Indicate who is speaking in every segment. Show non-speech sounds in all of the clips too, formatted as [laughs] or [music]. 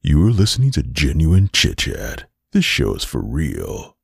Speaker 1: You're listening to Genuine Chit Chat. This show is for real.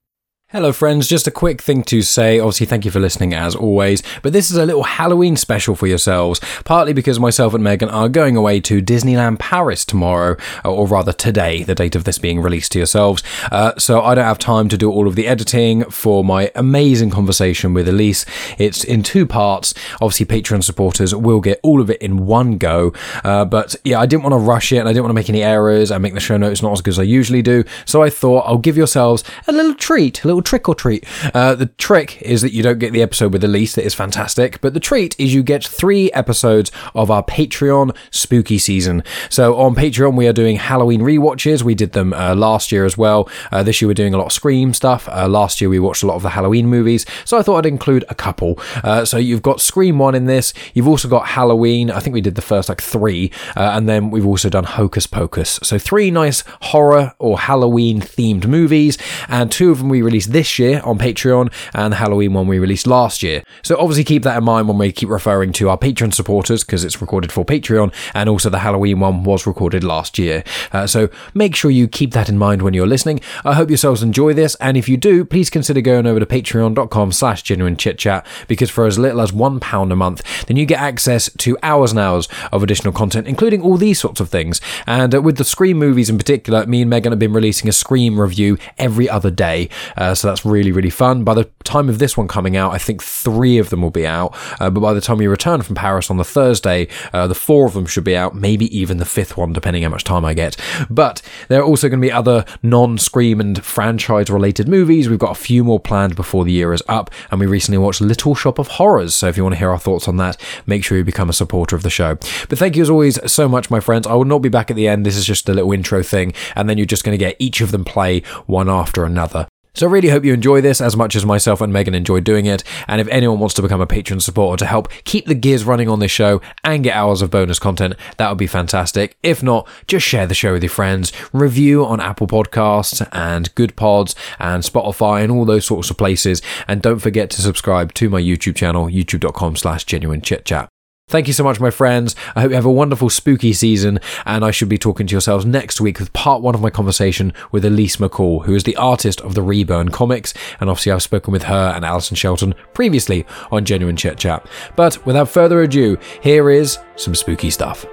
Speaker 2: Hello, friends. Just a quick thing to say. Obviously, thank you for listening as always. But this is a little Halloween special for yourselves, partly because myself and Megan are going away to Disneyland Paris tomorrow, or rather today, the date of this being released to yourselves. Uh, so I don't have time to do all of the editing for my amazing conversation with Elise. It's in two parts. Obviously, Patreon supporters will get all of it in one go. Uh, but yeah, I didn't want to rush it and I didn't want to make any errors and make the show notes not as good as I usually do. So I thought I'll give yourselves a little treat, a little trick or treat. Uh, the trick is that you don't get the episode with Elise, that is fantastic, but the treat is you get three episodes of our Patreon spooky season. So on Patreon, we are doing Halloween rewatches. We did them uh, last year as well. Uh, this year, we're doing a lot of Scream stuff. Uh, last year, we watched a lot of the Halloween movies. So I thought I'd include a couple. Uh, so you've got Scream 1 in this. You've also got Halloween. I think we did the first like three. Uh, and then we've also done Hocus Pocus. So three nice horror or Halloween themed movies. And two of them we released this year on Patreon and the Halloween one we released last year. So obviously keep that in mind when we keep referring to our Patreon supporters because it's recorded for Patreon and also the Halloween one was recorded last year. Uh, so make sure you keep that in mind when you're listening. I hope yourselves enjoy this and if you do, please consider going over to patreon.com slash genuine chit chat because for as little as one pound a month, then you get access to hours and hours of additional content, including all these sorts of things. And uh, with the Scream movies in particular, me and Megan have been releasing a Scream review every other day. Uh, so that's really, really fun. By the time of this one coming out, I think three of them will be out. Uh, but by the time we return from Paris on the Thursday, uh, the four of them should be out, maybe even the fifth one, depending how much time I get. But there are also going to be other non Scream and franchise related movies. We've got a few more planned before the year is up. And we recently watched Little Shop of Horrors. So if you want to hear our thoughts on that, make sure you become a supporter of the show. But thank you as always so much, my friends. I will not be back at the end. This is just a little intro thing. And then you're just going to get each of them play one after another. So I really hope you enjoy this as much as myself and Megan enjoy doing it. And if anyone wants to become a patron supporter to help keep the gears running on this show and get hours of bonus content, that would be fantastic. If not, just share the show with your friends, review on Apple Podcasts and Good Pods and Spotify and all those sorts of places. And don't forget to subscribe to my YouTube channel, youtube.com slash genuine chit chat. Thank you so much, my friends. I hope you have a wonderful spooky season, and I should be talking to yourselves next week with part one of my conversation with Elise McCall, who is the artist of the Reburn comics, and obviously I've spoken with her and Alison Shelton previously on Genuine Chit Chat. But without further ado, here is some spooky stuff.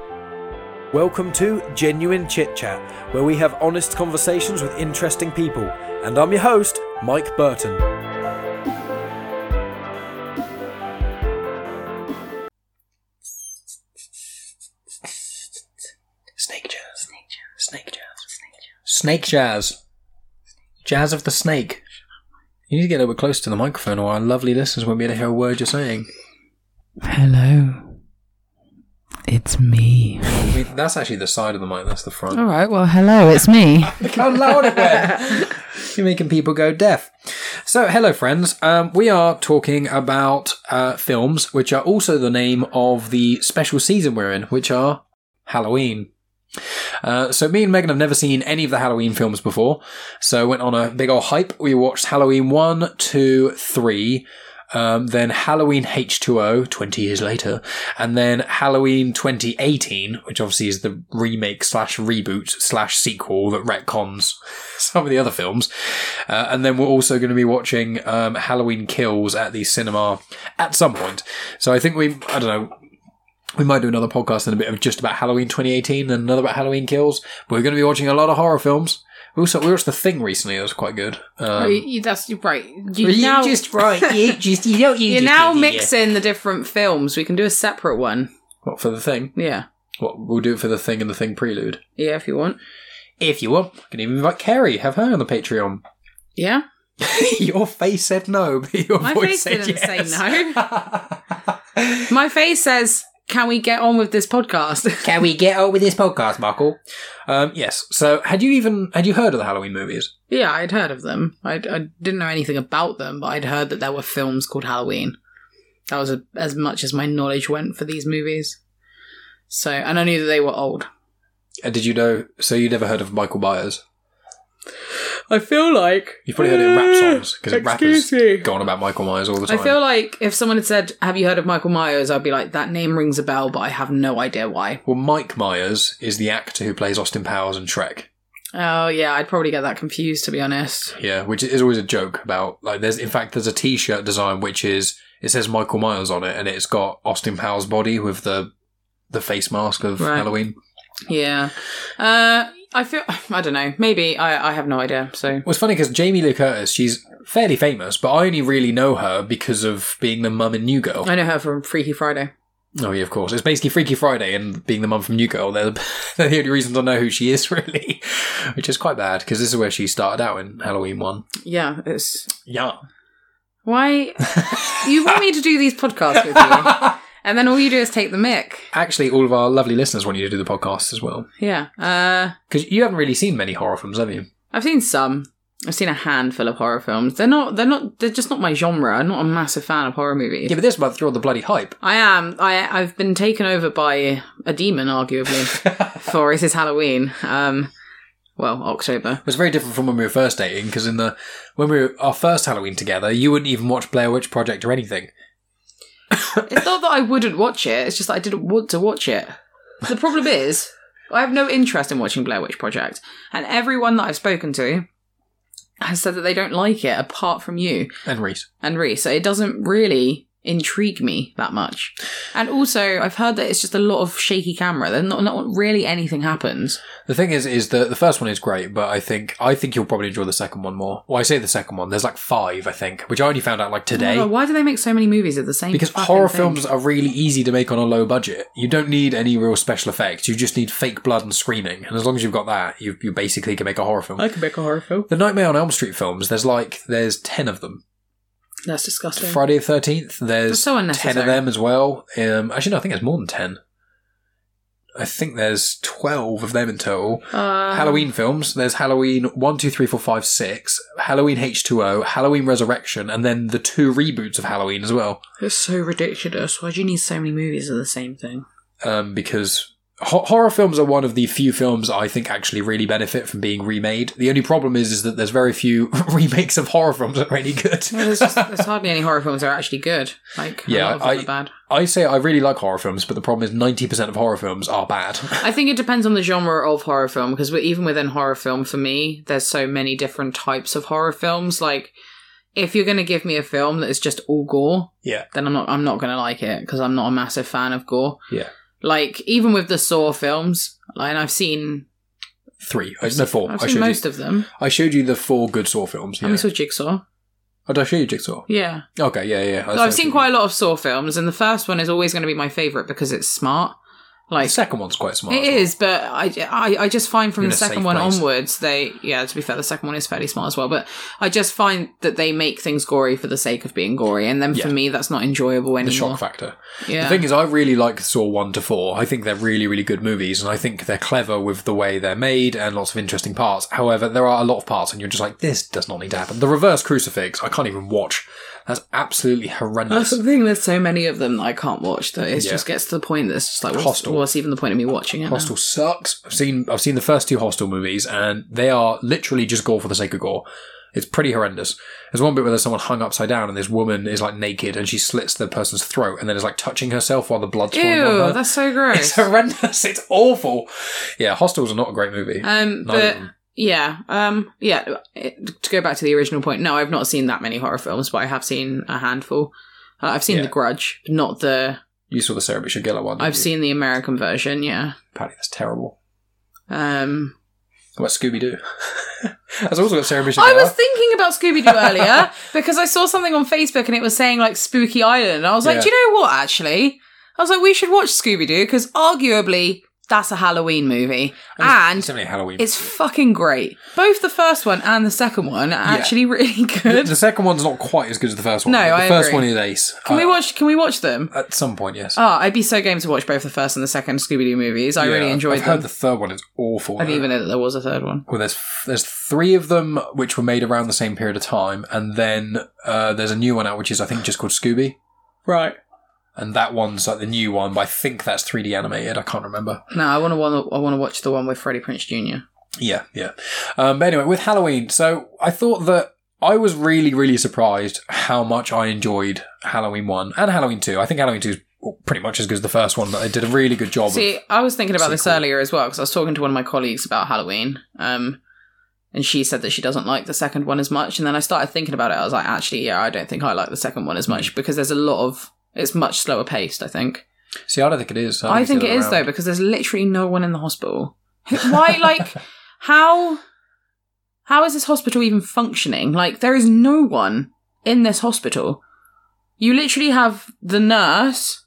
Speaker 3: Welcome to Genuine Chit Chat, where we have honest conversations with interesting people. And I'm your host, Mike Burton.
Speaker 2: Snake jazz. Snake jazz. Snake jazz. Snake jazz. Jazz of the snake. You need to get a little bit closer to the microphone, or our lovely listeners won't be able to hear a word you're saying.
Speaker 4: Hello. It's me.
Speaker 2: We, that's actually the side of the mic. That's the front.
Speaker 4: All right, well, hello, it's me.
Speaker 2: Look how loud it went. [laughs] You're making people go deaf. So, hello, friends. Um, we are talking about uh, films, which are also the name of the special season we're in, which are Halloween. Uh, so, me and Megan have never seen any of the Halloween films before. So, went on a big old hype. We watched Halloween 1, 2, 3. Um, then Halloween H2O 20 years later, and then Halloween 2018, which obviously is the remake slash reboot slash sequel that retcons [laughs] some of the other films. Uh, and then we're also going to be watching um, Halloween Kills at the cinema at some point. So I think we, I don't know, we might do another podcast in a bit of just about Halloween 2018 and another about Halloween Kills. We're going to be watching a lot of horror films. We also we watched The Thing recently. That was quite good. Um,
Speaker 5: Right, you- that's [laughs] right. You,
Speaker 2: Well, you
Speaker 5: now,
Speaker 2: just
Speaker 5: [laughs]
Speaker 2: right. You just you know you
Speaker 5: you're
Speaker 2: just
Speaker 5: now
Speaker 2: did, yeah.
Speaker 5: mixing the different films. We can do a separate one.
Speaker 2: What for the thing?
Speaker 5: Yeah.
Speaker 2: What we'll do it for the thing and the thing prelude.
Speaker 5: Yeah, if you want.
Speaker 2: If you want, I can even invite Carrie. Have her on the Patreon.
Speaker 5: Yeah.
Speaker 2: [laughs] your face said no, but your
Speaker 5: My
Speaker 2: voice
Speaker 5: face
Speaker 2: said
Speaker 5: didn't
Speaker 2: yes.
Speaker 5: say no.
Speaker 2: [laughs]
Speaker 5: My face says, can we get on with this podcast? [laughs]
Speaker 2: Can we get on with this podcast, Michael? Um, yes. So, had you even had you heard of the Halloween movies?
Speaker 5: yeah, I'd heard of them. I, I didn't know anything about them, but I'd heard that there were films called Halloween. That was a, as much as my knowledge went for these movies. So, and I knew that they were old.
Speaker 2: Uh, did you know? So, you never heard of Michael Myers?
Speaker 5: I feel like
Speaker 2: You've probably heard it in rap songs because rappers
Speaker 5: Mm, Excuse me.
Speaker 2: go on about Michael Myers all the
Speaker 5: I
Speaker 2: time.
Speaker 5: feel like if someone had said, "Have you heard of Michael Myers?" I'd be like, "That name rings a bell, but I have no idea why."
Speaker 2: well, Mike Myers is the actor who plays Austin Powers and Shrek.
Speaker 5: Oh yeah, I'd probably get that confused to be honest.
Speaker 2: Yeah, which is always a joke about like there's in fact there's a T-shirt design which is it says Michael Myers on it and it's got Austin Powers' body with the the face mask of
Speaker 5: Right.
Speaker 2: Halloween.
Speaker 5: Yeah, uh, I feel I don't know. Maybe I, I have no idea. So
Speaker 2: Well, it's funny because Jamie Lee Curtis, she's fairly famous, but I only really know her because of being the mum in New Girl.
Speaker 5: I know her from Freaky Friday.
Speaker 2: Oh yeah, of course. It's basically Freaky Friday and being the mum from New Girl. They're the, [laughs] they're the only reasons I know who she is, [laughs] really, which is quite bad because this is where she started out in Halloween one.
Speaker 5: Yeah, it's
Speaker 2: Yeah,
Speaker 5: why you want me to do these podcasts with you, and then all you do is take the mic.
Speaker 2: actually, all of our lovely listeners want you to do the podcast as well
Speaker 5: Yeah, uh,
Speaker 2: because you haven't really seen many horror films, have you?
Speaker 5: I've seen some. I've seen a handful of horror films. They're not. They're not. They're just not my genre. I'm not a massive fan of horror movies.
Speaker 2: Yeah, but this month through all the bloody hype.
Speaker 5: I am. I I've been taken over by a demon, arguably. for it is Halloween. Um, well, October.
Speaker 2: It was very different from when we were first dating because in the when we were our first Halloween together, you wouldn't even watch Blair Witch Project or anything.
Speaker 5: It's not that I wouldn't watch it. It's just that I didn't want to watch it. The problem is, I have no interest in watching Blair Witch Project, and everyone that I've spoken to has said that they don't like it, apart from you.
Speaker 2: And Reese,
Speaker 5: and Reese. So it doesn't really intrigue me that much. And also, I've heard that it's just a lot of shaky camera. Then not not really anything happens.
Speaker 2: the thing is, is the the first one is great, but I think I think you'll probably enjoy the second one more. Well, I say the second one. There's like five, I think, which I only found out like today.
Speaker 5: Oh, why do they make so many movies at the same?
Speaker 2: because
Speaker 5: fucking
Speaker 2: horror
Speaker 5: thing?
Speaker 2: films are really easy to make on a low budget. You don't need any real special effects. You just need fake blood and screaming. And as long as you've got that, you, you basically can make a horror film.
Speaker 5: can make a horror film.
Speaker 2: The Nightmare on Elm Street films, there's like, there's 10 of them.
Speaker 5: That's disgusting.
Speaker 2: Friday the 13th, there's
Speaker 5: That's so
Speaker 2: 10 of
Speaker 5: unnecessary.
Speaker 2: them as well. Um, actually, no, I think there's more than 10. I think there's 12 of them in total.
Speaker 5: Uh,
Speaker 2: Halloween films, there's Halloween 1, 2, 3, 4, 5, 6, Halloween H2O, Halloween Resurrection, and then the two reboots of Halloween as well.
Speaker 5: It's so ridiculous. Why do you need so many movies of the same thing?
Speaker 2: um, because ho- horror films are one of the few films I think actually really benefit from being remade. The only problem is is that there's very few [laughs] remakes of horror films that are any good.
Speaker 5: Well, there's, just, there's hardly any horror films that are actually good. Like a
Speaker 2: Yeah,
Speaker 5: lot of them
Speaker 2: I-
Speaker 5: are bad.
Speaker 2: [laughs] I say I really like horror films, but the problem is ninety percent of horror films are bad. [laughs]
Speaker 5: I think it depends on the genre of horror film because we- even within horror film, for me, there's so many different types of horror films. Like, if you're going to give me a film that is just all gore,
Speaker 2: Yeah.
Speaker 5: then I'm not I'm not going to like it because I'm not a massive fan of gore.
Speaker 2: Yeah.
Speaker 5: like even with the Saw films, like, and I've seen
Speaker 2: Three, I- no four.
Speaker 5: I've
Speaker 2: I
Speaker 5: seen
Speaker 2: showed
Speaker 5: most
Speaker 2: you.
Speaker 5: of them.
Speaker 2: I showed you the four good Saw films.
Speaker 5: I
Speaker 2: Yeah.
Speaker 5: only saw Jigsaw.
Speaker 2: oh, did I show you Jigsaw?
Speaker 5: Yeah,
Speaker 2: Okay, yeah, yeah.
Speaker 5: So I've seen quite a lot of Saw films, and the first one is always going to be my favorite because it's smart.
Speaker 2: The
Speaker 5: Like
Speaker 2: second one's quite smart.
Speaker 5: It
Speaker 2: as well.
Speaker 5: is, but I, I, I just find from
Speaker 2: You're in
Speaker 5: the
Speaker 2: a safe
Speaker 5: second one
Speaker 2: place.
Speaker 5: onwards, they, yeah, to be fair, the second one is fairly smart as well, but I just find that they make things gory for the sake of being gory, and then for
Speaker 2: Yeah.
Speaker 5: me, that's not enjoyable
Speaker 2: The
Speaker 5: anymore.
Speaker 2: shock factor.
Speaker 5: yeah.
Speaker 2: The thing is, I really like Saw 1 to 4. I think they're really, really good movies, and I think they're clever with the way they're made and lots of interesting parts. However, there are a lot of parts, and you're just like, this does not need to happen. The reverse crucifix, I can't even watch. That's absolutely
Speaker 5: that's
Speaker 2: horrendous.
Speaker 5: the thing. There's so many of them that I can't watch that it
Speaker 2: Yeah.
Speaker 5: just gets to the point that it's just like, what's,
Speaker 2: Hostel.
Speaker 5: what's even the point of me watching it? now?
Speaker 2: Hostel sucks. I've seen I've seen the first two Hostel movies, and they are literally just gore for the sake of gore. It's pretty horrendous. There's one bit where there's someone hung upside down, and this woman is like naked, and she slits the person's throat, and then is like touching herself while the blood's pouring on her.
Speaker 5: Ew, that's so
Speaker 2: [laughs] It's
Speaker 5: gross.
Speaker 2: horrendous. It's awful. Yeah, Hostel's not a great movie. Neither
Speaker 5: Um,
Speaker 2: of
Speaker 5: but
Speaker 2: them.
Speaker 5: yeah, um, yeah. it- To go back to the original point, no, I've not seen that many horror films, but I have seen a handful. Uh, I've seen
Speaker 2: Yeah.
Speaker 5: The Grudge, not the.
Speaker 2: you saw the Sarah Bishop Gellar one. didn't
Speaker 5: I've
Speaker 2: you?
Speaker 5: seen the American version, yeah.
Speaker 2: Patty, that's terrible.
Speaker 5: Um,
Speaker 2: What about Scooby Doo? [laughs] that's also got Sarah Bishop
Speaker 5: I
Speaker 2: Gellar.
Speaker 5: was thinking about Scooby
Speaker 2: [laughs]
Speaker 5: Doo earlier because I saw something on Facebook and it was saying like Spooky Island. And I was like,
Speaker 2: Yeah.
Speaker 5: do you know what? Actually, I was like, we should watch Scooby Doo because arguably that's a Halloween movie
Speaker 2: It's
Speaker 5: and
Speaker 2: only Halloween.
Speaker 5: it's fucking great. Both the first one and the second one are actually really [laughs]
Speaker 2: the,
Speaker 5: good.
Speaker 2: the second one's not quite as good as the first one.
Speaker 5: No,
Speaker 2: but the
Speaker 5: I
Speaker 2: first
Speaker 5: agree.
Speaker 2: one is ace.
Speaker 5: Can we
Speaker 2: Uh,
Speaker 5: watch? Can we watch them?
Speaker 2: At some point, yes.
Speaker 5: Oh, I'd be so game to watch both the first and the second Scooby Doo movies. I
Speaker 2: Yeah,
Speaker 5: really
Speaker 2: I've-
Speaker 5: enjoyed
Speaker 2: I've
Speaker 5: them.
Speaker 2: heard the third one is awful.
Speaker 5: I didn't
Speaker 2: though.
Speaker 5: even know that there was a third one.
Speaker 2: Well, there's there's three of them which were made around the same period of time, and then uh, there's a new one out which is I think just called Scooby,
Speaker 5: Right.
Speaker 2: and that one's like the new one, but I think that's 3D animated. I can't remember.
Speaker 5: No, I want to. I want to watch the one with Freddie Prince Jr.
Speaker 2: Yeah, yeah. Um, but anyway, with Halloween, so I thought that I was really, really surprised how much I enjoyed Halloween 1 and Halloween 2. I think Halloween 2 is pretty much as good as the first one, but they did a really good job.
Speaker 5: See,
Speaker 2: of,
Speaker 5: I was thinking about this
Speaker 2: sequel.
Speaker 5: earlier as well because I was talking to one of my colleagues about Halloween, um, and she said that she doesn't like the second one as much. And then I started thinking about it. I was like, actually, yeah, I don't think I like the second one as much because there's a lot of it's much slower paced. I think.
Speaker 2: see, I don't think it is.
Speaker 5: I think
Speaker 2: it's
Speaker 5: it
Speaker 2: the
Speaker 5: is
Speaker 2: other way
Speaker 5: though because there's literally no one in the hospital. [laughs] Why, like, how how is this hospital even functioning? Like, there is no one in this hospital. You literally have the nurse,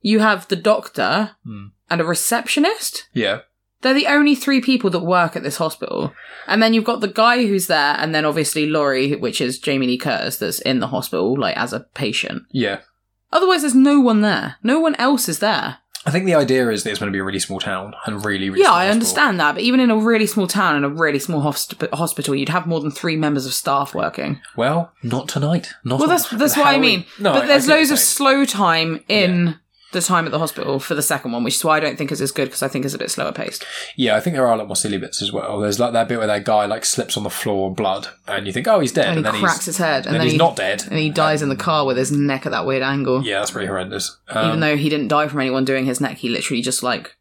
Speaker 5: you have the doctor,
Speaker 2: Hmm.
Speaker 5: and a receptionist.
Speaker 2: around.
Speaker 5: They're the only three people that work at this hospital. And then you've got the guy who's there, and then obviously Laurie, which is Jamie Lee Curtis, that's in the hospital, like as a patient.
Speaker 2: Yeah, yeah.
Speaker 5: Otherwise, there's no one there. No one else is there.
Speaker 2: I think the idea is that it's going to be a really small town and really, really
Speaker 5: yeah,
Speaker 2: small
Speaker 5: I
Speaker 2: hospital.
Speaker 5: understand that, but even in a really small town and a really small hosp- hospital, you'd have more than three members of staff working.
Speaker 2: Well, not tonight. Not
Speaker 5: well,
Speaker 2: on
Speaker 5: that's that's what I
Speaker 2: Halloween.
Speaker 5: mean.
Speaker 2: No, I-
Speaker 5: but
Speaker 2: I
Speaker 5: there's
Speaker 2: see what
Speaker 5: loads
Speaker 2: you're
Speaker 5: of
Speaker 2: saying.
Speaker 5: slow time in the time at the hospital for the second one, which is why I don't think it's as good because I think it's a bit slower paced.
Speaker 2: Yeah, I think there are a lot more silly bits as well. There's like that bit where that guy like slips on the floor, blood, and you think, oh, he's dead,
Speaker 5: And,
Speaker 2: and,
Speaker 5: he
Speaker 2: then
Speaker 5: cracks
Speaker 2: he's
Speaker 5: his head, and
Speaker 2: then, he's
Speaker 5: he,
Speaker 2: not dead.
Speaker 5: and he dies in the car with his neck at that weird angle.
Speaker 2: yeah, that's pretty horrendous.
Speaker 5: Even
Speaker 2: Um,
Speaker 5: though he didn't die from anyone doing his neck, he literally just like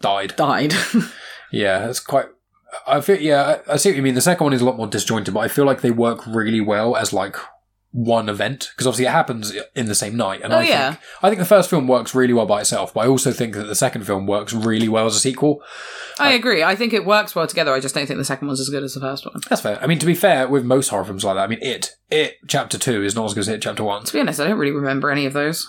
Speaker 2: died.
Speaker 5: died. [laughs]
Speaker 2: Yeah, that's quite. I feel. Yeah, I I see what you mean. The second one is a lot more disjointed, but I feel like they work really well as like one event because obviously it happens in the same night. And
Speaker 5: Oh,
Speaker 2: I
Speaker 5: yeah.
Speaker 2: think I think the first film works really well by itself, but I also think that the second film works really well as a sequel.
Speaker 5: I agree. I think it works well together. I just don't think the second one's as good as the first one.
Speaker 2: That's fair. I mean, to be fair, with most horror films like that, I mean, it it chapter two is not as good as it chapter one.
Speaker 5: To be honest, I don't really remember any of those.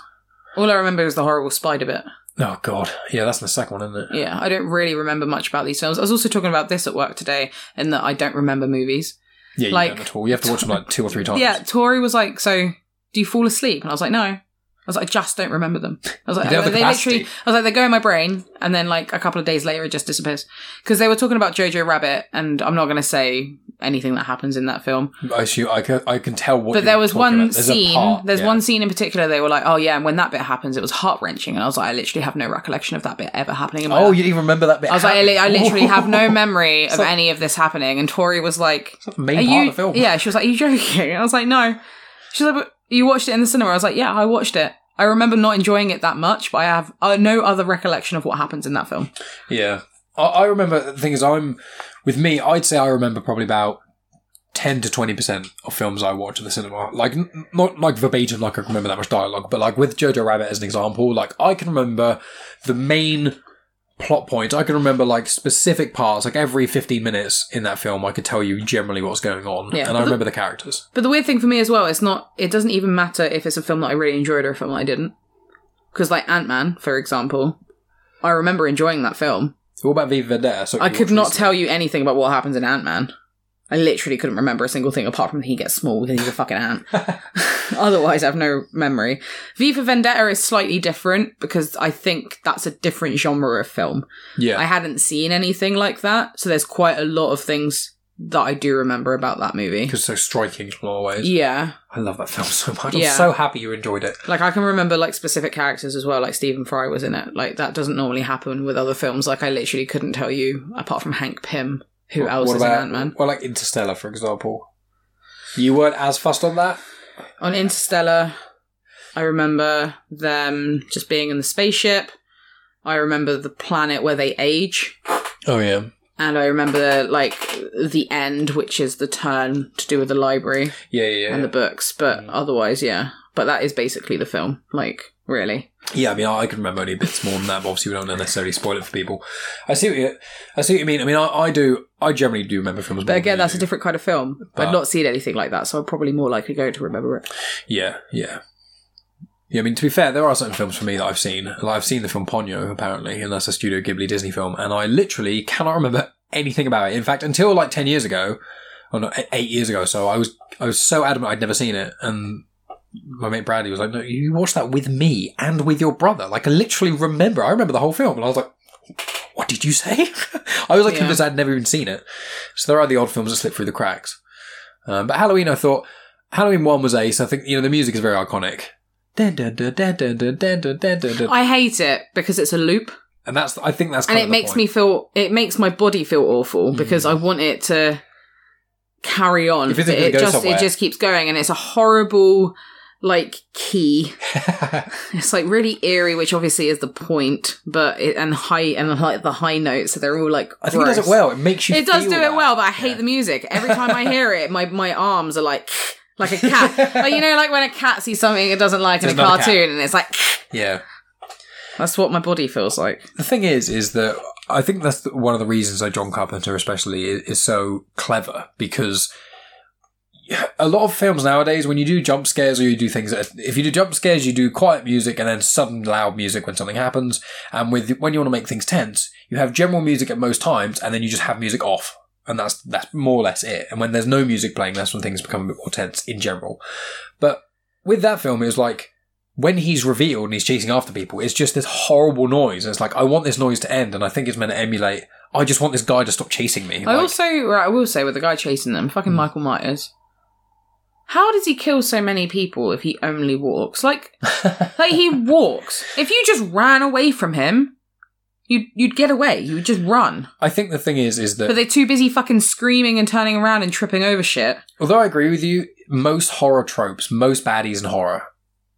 Speaker 5: All I remember is the horrible spider bit.
Speaker 2: Oh god, yeah, that's the second one, isn't it?
Speaker 5: Yeah, I don't really remember much about these films. I was also talking about this at work today, in that I don't remember movies.
Speaker 2: Yeah, you
Speaker 5: Like-
Speaker 2: don't at all. You have to watch them like two or three times.
Speaker 5: Yeah, Tori was like, "So, do you fall asleep?" And I was like, "No." I was like, "I just don't remember them." I was like,
Speaker 2: don't have the
Speaker 5: "They
Speaker 2: capacity.
Speaker 5: literally." I was like, "They go in my brain," and then like a couple of days later, it just disappears. Because they were talking about Jojo Rabbit, and I'm not going to say anything that happens in that film.
Speaker 2: I assume, I can, I can tell what.
Speaker 5: but
Speaker 2: you're
Speaker 5: there was
Speaker 2: talking
Speaker 5: one
Speaker 2: about. There's a
Speaker 5: scene.
Speaker 2: part,
Speaker 5: there's
Speaker 2: yeah.
Speaker 5: one scene in particular. They were like, "Oh yeah," and when that bit happens, it was heart wrenching, and I was like, "I literally have no recollection of that bit ever happening." In my
Speaker 2: Oh,
Speaker 5: life.
Speaker 2: you didn't even remember that bit.
Speaker 5: I was like, I, li- I literally
Speaker 2: [laughs]
Speaker 5: have no memory of
Speaker 2: So-
Speaker 5: any of this happening. And Tori was like,
Speaker 2: main
Speaker 5: Are
Speaker 2: part
Speaker 5: you?
Speaker 2: of the film.
Speaker 5: Yeah, she was like, Are you joking? I was like, No. She's like, But you watched it in the cinema? I was like, Yeah, I watched it. I remember not enjoying it that much, but I have uh, no other recollection of what happens in that film.
Speaker 2: Yeah. I, I remember the thing is I'm with me, I'd say I remember probably about ten to twenty percent of films I watch at the cinema. Like n- n- not like verbatim like I can remember that much dialogue, but like with Jojo Rabbit as an example, like I can remember the main plot points. I can remember like specific parts, like every fifteen minutes in that film I could tell you generally what's going on.
Speaker 5: Yeah.
Speaker 2: And I remember the characters.
Speaker 5: But the weird thing for me as well, it's not. It doesn't even matter if it's a film that I really enjoyed or a film that I didn't. Because like Ant Man, for example, I remember enjoying that film.
Speaker 2: What about Viva Vendetta? So
Speaker 5: I could not tell you anything about what happens in Ant Man. I literally couldn't remember a single thing apart from he gets small because he's a
Speaker 2: [laughs]
Speaker 5: fucking ant. [laughs] Otherwise, I have no memory. V for Vendetta is slightly different because I think that's a different genre of film.
Speaker 2: Yeah.
Speaker 5: I hadn't seen anything like that, so there's quite a lot of things that I do remember about that movie.
Speaker 2: because it's so striking in a lot of ways.
Speaker 5: Yeah,
Speaker 2: I love that film so much.
Speaker 5: Yeah.
Speaker 2: I'm so happy you enjoyed it.
Speaker 5: like I can remember like specific characters as well, like Stephen Fry was in it. Like that doesn't normally happen with other films. Like I literally couldn't tell you apart from Hank Pym who
Speaker 2: Wh-
Speaker 5: else
Speaker 2: what
Speaker 5: is in
Speaker 2: about-
Speaker 5: Ant Man.
Speaker 2: Well, like Interstellar, for example. You weren't as fussed on that.
Speaker 5: on Interstellar, I remember them just being in the spaceship. I remember the planet where they age.
Speaker 2: Oh yeah,
Speaker 5: And I remember, like, the end, which is the turn to do with the library
Speaker 2: yeah, yeah. Mm.
Speaker 5: and the books. But otherwise, yeah. But that is basically the film. Like, really.
Speaker 2: yeah, I mean, I can remember only bits more than that, but obviously we don't necessarily spoil it for people. I see what you, I see what you mean. I mean, I, I do. I generally do remember films. more
Speaker 5: But
Speaker 2: than
Speaker 5: again,
Speaker 2: you
Speaker 5: that's
Speaker 2: do.
Speaker 5: a different kind of film.
Speaker 2: But-
Speaker 5: I've not seen anything like that, so I'm probably more likely going to remember it.
Speaker 2: Yeah, yeah. Yeah, I mean, to be fair, there are certain films for me that I've seen. Like, I've seen the film Ponyo, apparently, and that's a Studio Ghibli Disney film, and I literally cannot remember anything about it. In fact, until like 10 years ago, or no, e- eight years ago or so, I was, I was so adamant I'd never seen it, and my mate Bradley was like, no, you watched that with me and with your brother. Like, I literally remember, I remember the whole film, and I was like, what did you say? [laughs] I was like,
Speaker 5: Yeah.
Speaker 2: because I'd never even seen it. So there are the odd films that slip through the cracks. Um, but Halloween, I thought, Halloween 1 was ace. I think, you know, the music is very iconic. Dun, dun, dun, dun, dun, dun, dun, dun, dun, dun, dun.
Speaker 5: I hate it because it's a loop.
Speaker 2: and that's I think that's
Speaker 5: and
Speaker 2: kind
Speaker 5: it
Speaker 2: of the
Speaker 5: makes
Speaker 2: point. Hmm.
Speaker 5: me feel it makes my body feel awful because I want it to carry on.
Speaker 2: If it's
Speaker 5: but
Speaker 2: gonna
Speaker 5: it
Speaker 2: go
Speaker 5: just
Speaker 2: somewhere.
Speaker 5: it just keeps going, and it's a horrible like
Speaker 2: [laughs]
Speaker 5: key. it's like really eerie, which obviously is the point, but it, and high and like the high notes, so they're all like.
Speaker 2: I think it does it
Speaker 5: gross.
Speaker 2: well. It makes you.
Speaker 5: It does
Speaker 2: feel
Speaker 5: do
Speaker 2: that.
Speaker 5: it well, but I hate
Speaker 2: Yeah.
Speaker 5: the music. Every time I hear it, my my arms are like. Like a cat, like you know, like when a cat sees something it doesn't like in
Speaker 2: There's
Speaker 5: a
Speaker 2: another cat.
Speaker 5: cartoon, and it's like
Speaker 2: Yeah.
Speaker 5: that's what my body feels like.
Speaker 2: the thing is, is that I think that's the- one of the reasons that John Carpenter, especially, is, is so clever because a lot of films nowadays, when you do jump scares or you do things, that- if you do jump scares, you do quiet music and then sudden loud music when something happens. And with when you want to make things tense, you have general music at most times, and then you just have music off. And that's that's more or less it. And when there's no music playing, that's when things become a bit more tense in general. But with that film, it was like when he's revealed and he's chasing after people, it's just this horrible noise. And it's like, I want this noise to end, and I think it's meant to emulate. I just want this guy to stop chasing me.
Speaker 5: I
Speaker 2: Like, Hmm.
Speaker 5: also, right, I will say, with the guy chasing them, fucking Michael Myers. How does he kill so many people if he only
Speaker 2: [laughs]
Speaker 5: walks? Like, like he walks. If you just ran away from him, you'd you'd get away. You would just run.
Speaker 2: I think the thing is, is that
Speaker 5: But they're too busy fucking screaming and turning around and tripping over shit.
Speaker 2: although I agree with you, most horror tropes, most baddies in horror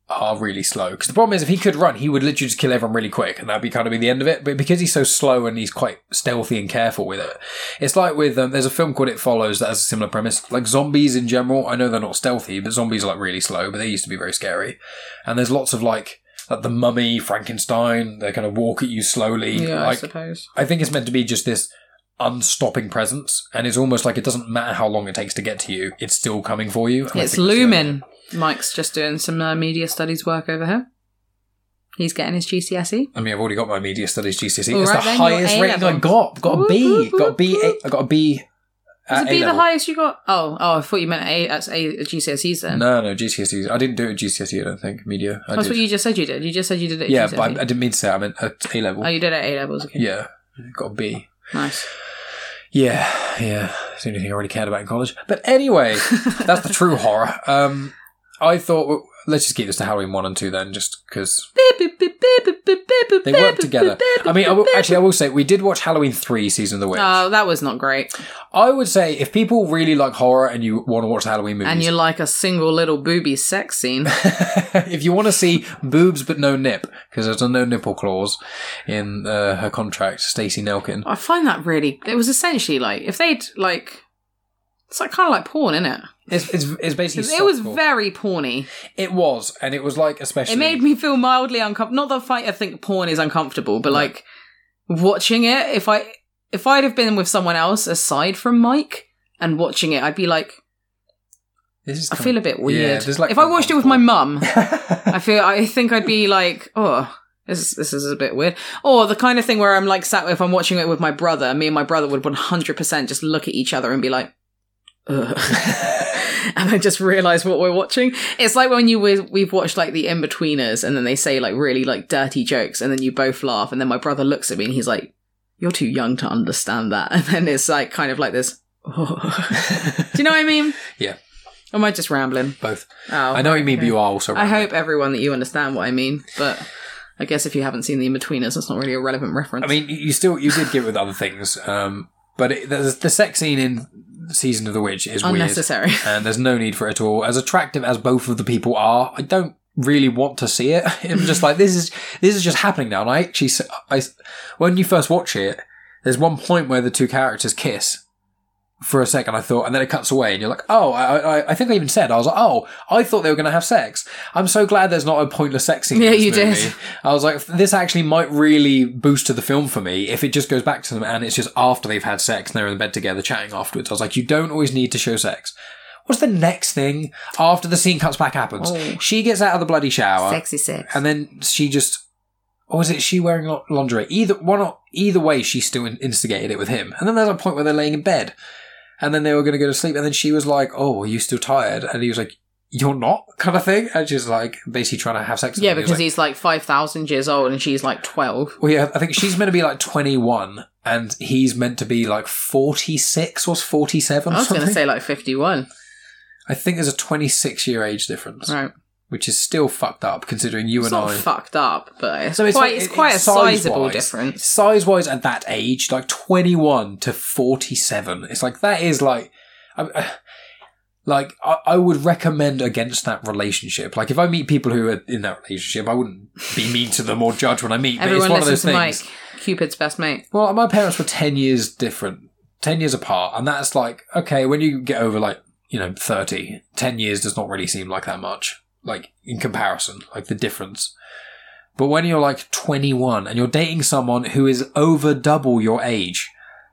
Speaker 2: are really slow. Because the problem is, if he could run, he would literally just kill everyone really quick, and that'd be kind of be the end of it. But because he's so slow and he's quite stealthy and careful with it, it's like with um, there's a film called It Follows that has a similar premise. Like zombies in general, I know they're not stealthy, but zombies are like really slow, but they used to be very scary. And there's lots of like. Like the mummy, Frankenstein, they kind of walk at you slowly.
Speaker 5: Yeah, I
Speaker 2: like,
Speaker 5: suppose.
Speaker 2: I think it's meant to be just this unstopping presence, and it's almost like it doesn't matter how long it takes to get to you; it's still coming for you. and I
Speaker 5: It's
Speaker 2: think that's the-
Speaker 5: looming. Mike's just doing some uh, media studies work over here. He's getting his GCSE.
Speaker 2: I mean, I've already got my media studies GCSE.
Speaker 5: All
Speaker 2: E. it's
Speaker 5: right,
Speaker 2: the
Speaker 5: then,
Speaker 2: highest
Speaker 5: your A
Speaker 2: rating I
Speaker 5: level.
Speaker 2: got. Got a B. Got a B. A- I got a B.
Speaker 5: Is
Speaker 2: at
Speaker 5: it B the
Speaker 2: A-level.
Speaker 5: highest you got? Oh, oh, I thought you meant A. That's A GCSEs then.
Speaker 2: No, no, GCSEs. E. I didn't do it at GCSE. I don't think media. I
Speaker 5: That's
Speaker 2: did.
Speaker 5: what you just said you did. You just said you did it. At
Speaker 2: yeah,
Speaker 5: GCSE.
Speaker 2: but I, I didn't mean to say. I meant at A level.
Speaker 5: E. Oh, you did it at A levels. Okay.
Speaker 2: yeah, got a B. [laughs]
Speaker 5: Nice.
Speaker 2: Yeah, yeah. It's the only thing I really cared about in college. But anyway, that's the true horror. Um, I thought well, let's just keep this to Halloween one and two then, just because they work together. I mean, I will, [laughs] actually, I will say we did watch Halloween three season of the witch.
Speaker 5: Oh, that was not great.
Speaker 2: I would say if people really like horror and you want to watch the Halloween movies, [laughs]
Speaker 5: And you like a single little booby sex scene.
Speaker 2: if you want to see boobs but no nip, because there's a no nipple clause in uh, her contract, Stacey Nelkin.
Speaker 5: I find that really. It was essentially like if they'd like. It's like kind of like porn, isn't it?
Speaker 2: It's it's, it's basically
Speaker 5: It was
Speaker 2: softcore.
Speaker 5: very porny.
Speaker 2: it was, and it was like especially
Speaker 5: It made me feel mildly uncomfortable. Not that I, I think porn is uncomfortable, but like watching it, if I if I'd have been with someone else aside from Mike and watching it, I'd be like,
Speaker 2: This is
Speaker 5: I
Speaker 2: kind
Speaker 5: feel a
Speaker 2: of-
Speaker 5: bit
Speaker 2: yeah,
Speaker 5: weird.
Speaker 2: there's, like,
Speaker 5: if I watched
Speaker 2: [laughs]
Speaker 5: it with my mum,
Speaker 2: uncomfortable-
Speaker 5: I feel I think I'd be like, oh, this this is a bit weird. Or the kind of thing where I'm like sat if I'm watching it with my brother, me and my brother would 100% just look at each other and be like,
Speaker 2: [laughs]
Speaker 5: Ugh. and I just realize what we're watching. It's like when you were, we've watched like the In Betweeners, and then they say like really like dirty jokes, and then you both laugh, and then my brother looks at me and he's like, "You're too young to understand that," [laughs] and then it's like kind of like this. Do you know what I mean?
Speaker 2: [laughs] Yeah.
Speaker 5: Or Am I just rambling?
Speaker 2: both.
Speaker 5: Oh,
Speaker 2: I know what you mean, but
Speaker 5: okay.
Speaker 2: you are also.
Speaker 5: I
Speaker 2: right.
Speaker 5: hope everyone that you understand what I mean, but I guess if you haven't seen the In Betweeners, that's not really a relevant reference.
Speaker 2: I mean, you- you still you did get with other things, um, but it, the, the sex scene in season of the witch is weird,
Speaker 5: unnecessary.
Speaker 2: and Uh, there's no need for it at all. As attractive as both of the people are, I don't really want to see it. [laughs] I'm just like this is this is just happening now. And I actually, s- I s- when you first watch it, there's one point where the two characters kiss. For a second, I thought, and then it cuts away, and you're like, "Oh, I, I, I think I even said I was like, oh, I thought they were going to have sex. I'm so glad there's not a pointless sex scene." in
Speaker 5: Yeah,
Speaker 2: this
Speaker 5: you did.
Speaker 2: movie. I was like, this actually might really boost to the film for me if it just goes back to them and it's just after they've had sex and they're in bed together chatting afterwards. I was like, you don't always need to show sex. What's the next thing after the scene cuts back happens?
Speaker 5: Oh.
Speaker 2: She gets out of the bloody shower
Speaker 5: Sexy sex.
Speaker 2: and then she just, or is it she wearing lo- lingerie? Either one, or, either way, she still in- instigated it with him. And then there's a point where they're laying in bed, and then they were going to go to sleep, and then she was like, "Oh, are you still tired?" And he was like, "You're not," kind of thing. And she's like, basically trying to have sex. with
Speaker 5: yeah,
Speaker 2: him. He was
Speaker 5: because
Speaker 2: like,
Speaker 5: he's like 5,000 years old and she's like 12.
Speaker 2: well, yeah, I think she's meant to be like 21 and he's meant to be like 46 or 47
Speaker 5: I
Speaker 2: or
Speaker 5: was going
Speaker 2: something.
Speaker 5: to say like 51.
Speaker 2: I think there's a 26 year age difference.
Speaker 5: Right.
Speaker 2: which is still fucked up considering you
Speaker 5: It's
Speaker 2: and
Speaker 5: not
Speaker 2: I.
Speaker 5: fucked up, but it's, quite, it's quite a sizable difference.
Speaker 2: Size wise, at that age, like 21 to 47, it's like that is like. I, like I, I would recommend against that relationship. Like if I meet people who are in that relationship, I wouldn't be mean to them or judge when I meet. but
Speaker 5: Everyone
Speaker 2: it's one of those
Speaker 5: listens to
Speaker 2: things.
Speaker 5: Mike, Cupid's best mate.
Speaker 2: Well, my parents were 10 years different, 10 years apart. And that's like, okay, when you get over like, you know, 30, 10 years does not really seem like that much, like in comparison, like the difference. But when you're like 21 and you're dating someone who is over double your age,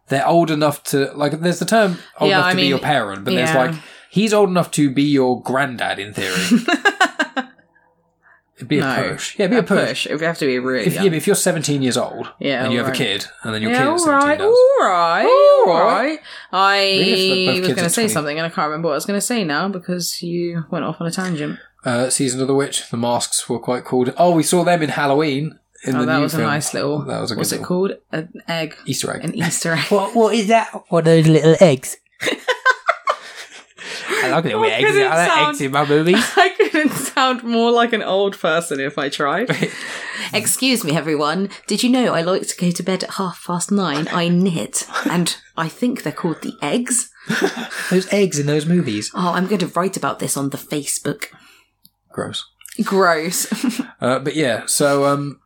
Speaker 2: they're old enough to, like, there's the term old
Speaker 5: Yeah,
Speaker 2: enough
Speaker 5: I
Speaker 2: to be
Speaker 5: mean,
Speaker 2: your parent, but
Speaker 5: yeah.
Speaker 2: there's like, he's old enough to be your granddad in
Speaker 5: [laughs]
Speaker 2: theory. It'd be
Speaker 5: No.
Speaker 2: a push. Yeah, it'd be a, push.
Speaker 5: push. It would have to be really
Speaker 2: If,
Speaker 5: young.
Speaker 2: yeah, but if you're 17 years old
Speaker 5: Yeah,
Speaker 2: and you have
Speaker 5: alright.
Speaker 2: a kid, and then your
Speaker 5: Yeah,
Speaker 2: kid
Speaker 5: all
Speaker 2: is 17
Speaker 5: right,
Speaker 2: now,
Speaker 5: all right, all
Speaker 2: Even
Speaker 5: right.
Speaker 2: if
Speaker 5: I
Speaker 2: both
Speaker 5: was
Speaker 2: kids
Speaker 5: going
Speaker 2: are
Speaker 5: to say
Speaker 2: 20.
Speaker 5: something and I can't remember what I was going to say now because you went off on a tangent.
Speaker 2: uh, season of the witch. The masks were quite cool. Oh, we saw them in Halloween. In
Speaker 5: Oh,
Speaker 2: the
Speaker 5: that
Speaker 2: new
Speaker 5: was a
Speaker 2: film.
Speaker 5: nice little.
Speaker 2: That was a good.
Speaker 5: what's it
Speaker 2: little
Speaker 5: called? An egg,
Speaker 2: Easter egg. [laughs]
Speaker 5: an Easter egg. [laughs]
Speaker 2: what? What is that? What are those little eggs? [laughs] I like little
Speaker 5: What
Speaker 2: eggs.
Speaker 5: could it
Speaker 2: I like
Speaker 5: sound?
Speaker 2: eggs in my
Speaker 5: [laughs]
Speaker 2: movies.
Speaker 5: I couldn't sound more like an old person if I tried. Excuse me, everyone. Did you know I like to go to bed at half past nine? I knit, and I think they're called the eggs.
Speaker 2: those eggs in those movies.
Speaker 5: Oh, I'm going to write about this on
Speaker 2: [laughs]
Speaker 5: the Facebook.
Speaker 2: Gross.
Speaker 5: Gross.
Speaker 2: Uh, but yeah, so um,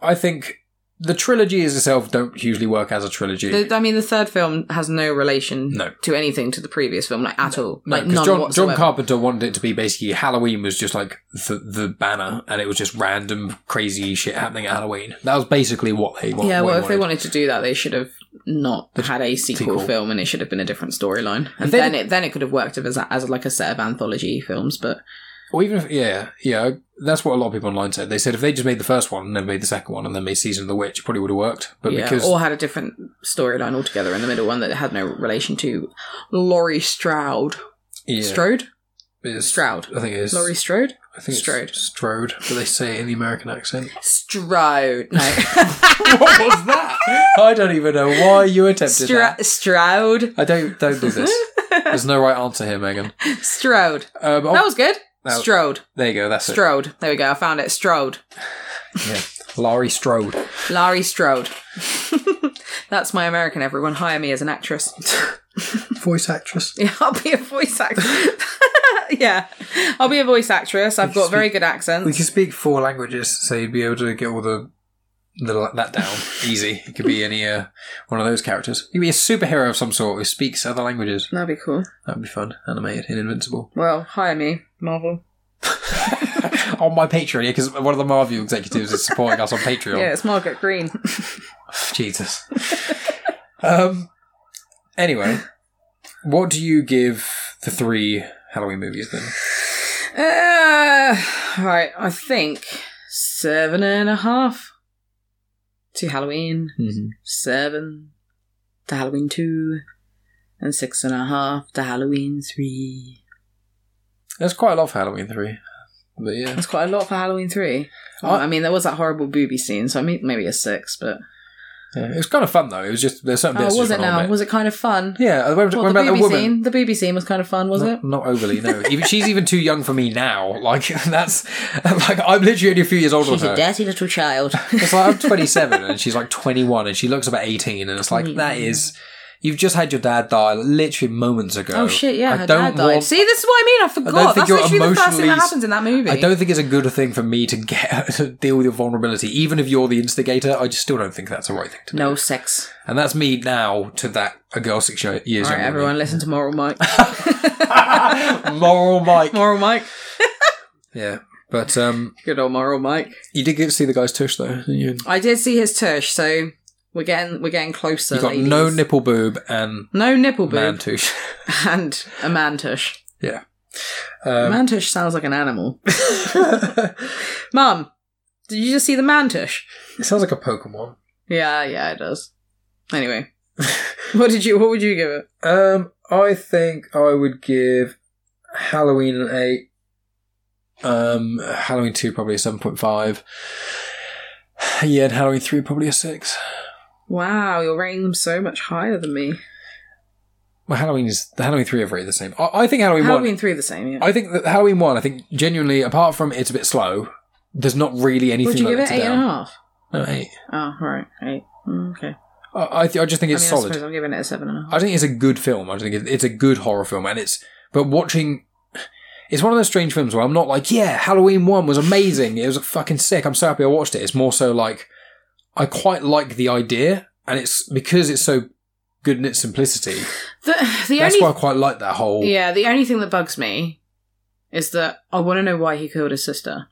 Speaker 2: I think the trilogy as itself don't usually work as a trilogy.
Speaker 5: The, I mean, the third film has no relation
Speaker 2: No.
Speaker 5: to anything to the previous film, like at all,
Speaker 2: No,
Speaker 5: like
Speaker 2: 'cause
Speaker 5: none
Speaker 2: John, John
Speaker 5: whatsoever.
Speaker 2: Carpenter wanted it to be basically Halloween was just like the, the banner, and it was just random crazy shit happening at Halloween. That was basically what they wa- what he wanted.
Speaker 5: yeah, well, if they wanted to do that, they should have not had a sequel,
Speaker 2: sequel.
Speaker 5: film, and it should have been a different storyline. And
Speaker 2: they
Speaker 5: then
Speaker 2: did-
Speaker 5: it then it could have worked as a, as like a set of anthology films, but
Speaker 2: or even if, yeah, yeah, that's what a lot of people online said. They said if they just made the first one and then made the second one and then made Season of the Witch, it probably would have worked. But
Speaker 5: yeah,
Speaker 2: because
Speaker 5: or had a different storyline altogether in the middle, one that had no relation to Laurie Stroud.
Speaker 2: yeah,
Speaker 5: Strode,
Speaker 2: it's-
Speaker 5: Stroud.
Speaker 2: I think it is
Speaker 5: Laurie Strode,
Speaker 2: I think it's
Speaker 5: Strode.
Speaker 2: Strode, but they say it in the American
Speaker 5: [laughs]
Speaker 2: accent. [laughs]
Speaker 5: Stroud. No,
Speaker 2: what was that? I don't even know why you attempted
Speaker 5: Stra-
Speaker 2: that.
Speaker 5: Stroud,
Speaker 2: I don't don't do
Speaker 5: [laughs]
Speaker 2: this. There's no right answer here, Megan.
Speaker 5: Stroud.
Speaker 2: Um,
Speaker 5: That was good.
Speaker 2: That-
Speaker 5: Strode,
Speaker 2: there you go. That's it.
Speaker 5: Strode. There we go. I found it. Strode.
Speaker 2: Yeah. Laurie Strode.
Speaker 5: Larry Strode. [laughs] That's my American, everyone. Hire me as
Speaker 2: [laughs]
Speaker 5: an actress.
Speaker 2: Voice actress.
Speaker 5: Yeah, I'll be a voice actress. [laughs] yeah, I'll be a voice actress. I've got very good
Speaker 2: We
Speaker 5: accents.
Speaker 2: can speak four languages, so you'd be able to get all the, the that [laughs] down easy. You could be any uh, one of those characters. You could be a superhero of some sort who speaks other languages.
Speaker 5: That'd be cool.
Speaker 2: That'd be fun. Animated in Invincible. [laughs]
Speaker 5: Well, hire me, Marvel.
Speaker 2: on my Patreon, yeah, because one of the Marvel executives is supporting us on Patreon.
Speaker 5: Yeah, it's Margaret Green.
Speaker 2: [laughs]
Speaker 5: [laughs]
Speaker 2: Jesus. um. Anyway, what do you give the three Halloween movies then?
Speaker 5: uh, right, I think seven and a half to Halloween,
Speaker 2: Mm-hmm.
Speaker 5: seven to Halloween two, and six and a half to Halloween three.
Speaker 2: There's quite a lot for Halloween three, but yeah.
Speaker 5: That's quite a lot for Halloween three.
Speaker 2: I-
Speaker 5: I mean, there was that horrible booby scene, so I mean, maybe a six, but
Speaker 2: Yeah, It was kind of fun though. It was just there's certain
Speaker 5: oh,
Speaker 2: bits.
Speaker 5: was
Speaker 2: just
Speaker 5: it
Speaker 2: went on
Speaker 5: now?
Speaker 2: a bit.
Speaker 5: Was it kind of fun?
Speaker 2: Yeah, when, when
Speaker 5: What, the
Speaker 2: about the
Speaker 5: booby
Speaker 2: woman?
Speaker 5: scene? The booby scene was kind of fun, was
Speaker 2: not,
Speaker 5: it?
Speaker 2: not overly, no. Even she's even too young for me now. [laughs] Like that's like I'm literally only a few years older than her.
Speaker 5: dirty little child.
Speaker 2: [laughs] It's like
Speaker 5: [laughs]
Speaker 2: I'm 27 and she's like 21 and she looks about 18 and it's like that is you've just had your dad die literally moments ago.
Speaker 5: oh shit! Yeah,
Speaker 2: I
Speaker 5: her
Speaker 2: don't
Speaker 5: dad died.
Speaker 2: want-
Speaker 5: See, this is what I mean. I forgot.
Speaker 2: think
Speaker 5: That's
Speaker 2: you're
Speaker 5: literally the first thing
Speaker 2: emotionally-
Speaker 5: that happens in that movie.
Speaker 2: I don't think it's a good thing for me to get [laughs] to deal with your vulnerability, even if you're the instigator. I just still don't think that's the right thing to do.
Speaker 5: No sex.
Speaker 2: And that's me now to that a girl six year- years younger.
Speaker 5: All right,
Speaker 2: than me.
Speaker 5: everyone, listen to
Speaker 2: [laughs]
Speaker 5: Moral Mike.
Speaker 2: Moral Mike.
Speaker 5: Moral Mike.
Speaker 2: Yeah, but um,
Speaker 5: Good old Moral Mike.
Speaker 2: you did get to see the guy's tush though. didn't You,
Speaker 5: I did see his tush, so we're getting we're getting closer.
Speaker 2: you got
Speaker 5: ladies.
Speaker 2: no nipple boob and
Speaker 5: no nipple
Speaker 2: man
Speaker 5: boob [laughs]
Speaker 2: tush.
Speaker 5: and a man tush.
Speaker 2: yeah. Um,
Speaker 5: A
Speaker 2: [laughs]
Speaker 5: man tush sounds like an animal. Mum, did you just see the man tush?
Speaker 2: It sounds like a Pokemon.
Speaker 5: Yeah, yeah, it does.
Speaker 2: [laughs]
Speaker 5: Anyway, what did you? What would you give it?
Speaker 2: Um, I think I would give Halloween an eight. Um, Halloween two probably a seven point five. Yeah, and Halloween three probably a six.
Speaker 5: Wow, you're rating them so much higher than me.
Speaker 2: Well, Halloween is the Halloween three are very the same. I, I think Halloween,
Speaker 5: Halloween
Speaker 2: one.
Speaker 5: three are the same. Yeah.
Speaker 2: I think that Halloween one. I think genuinely, apart from it's a bit slow, there's not really anything.
Speaker 5: Would you
Speaker 2: like
Speaker 5: give it
Speaker 2: that
Speaker 5: eight
Speaker 2: to
Speaker 5: and a
Speaker 2: down.
Speaker 5: half?
Speaker 2: No, eight.
Speaker 5: Oh, right, eight. Mm, Okay.
Speaker 2: I I, th- I just think it's
Speaker 5: I mean, I
Speaker 2: solid.
Speaker 5: suppose I'm giving it a seven and a half.
Speaker 2: I think it's a good film. I just think it- it's a good horror film, and it's but watching. It's one of those strange films where I'm not like, yeah, Halloween one was amazing. It was fucking sick. I'm so happy I watched it. It's more so like I quite like the idea, and it's because it's so good in its simplicity.
Speaker 5: The, the
Speaker 2: that's
Speaker 5: only
Speaker 2: why I quite like that whole.
Speaker 5: yeah, the only thing that bugs me is that I want to know why he killed his sister.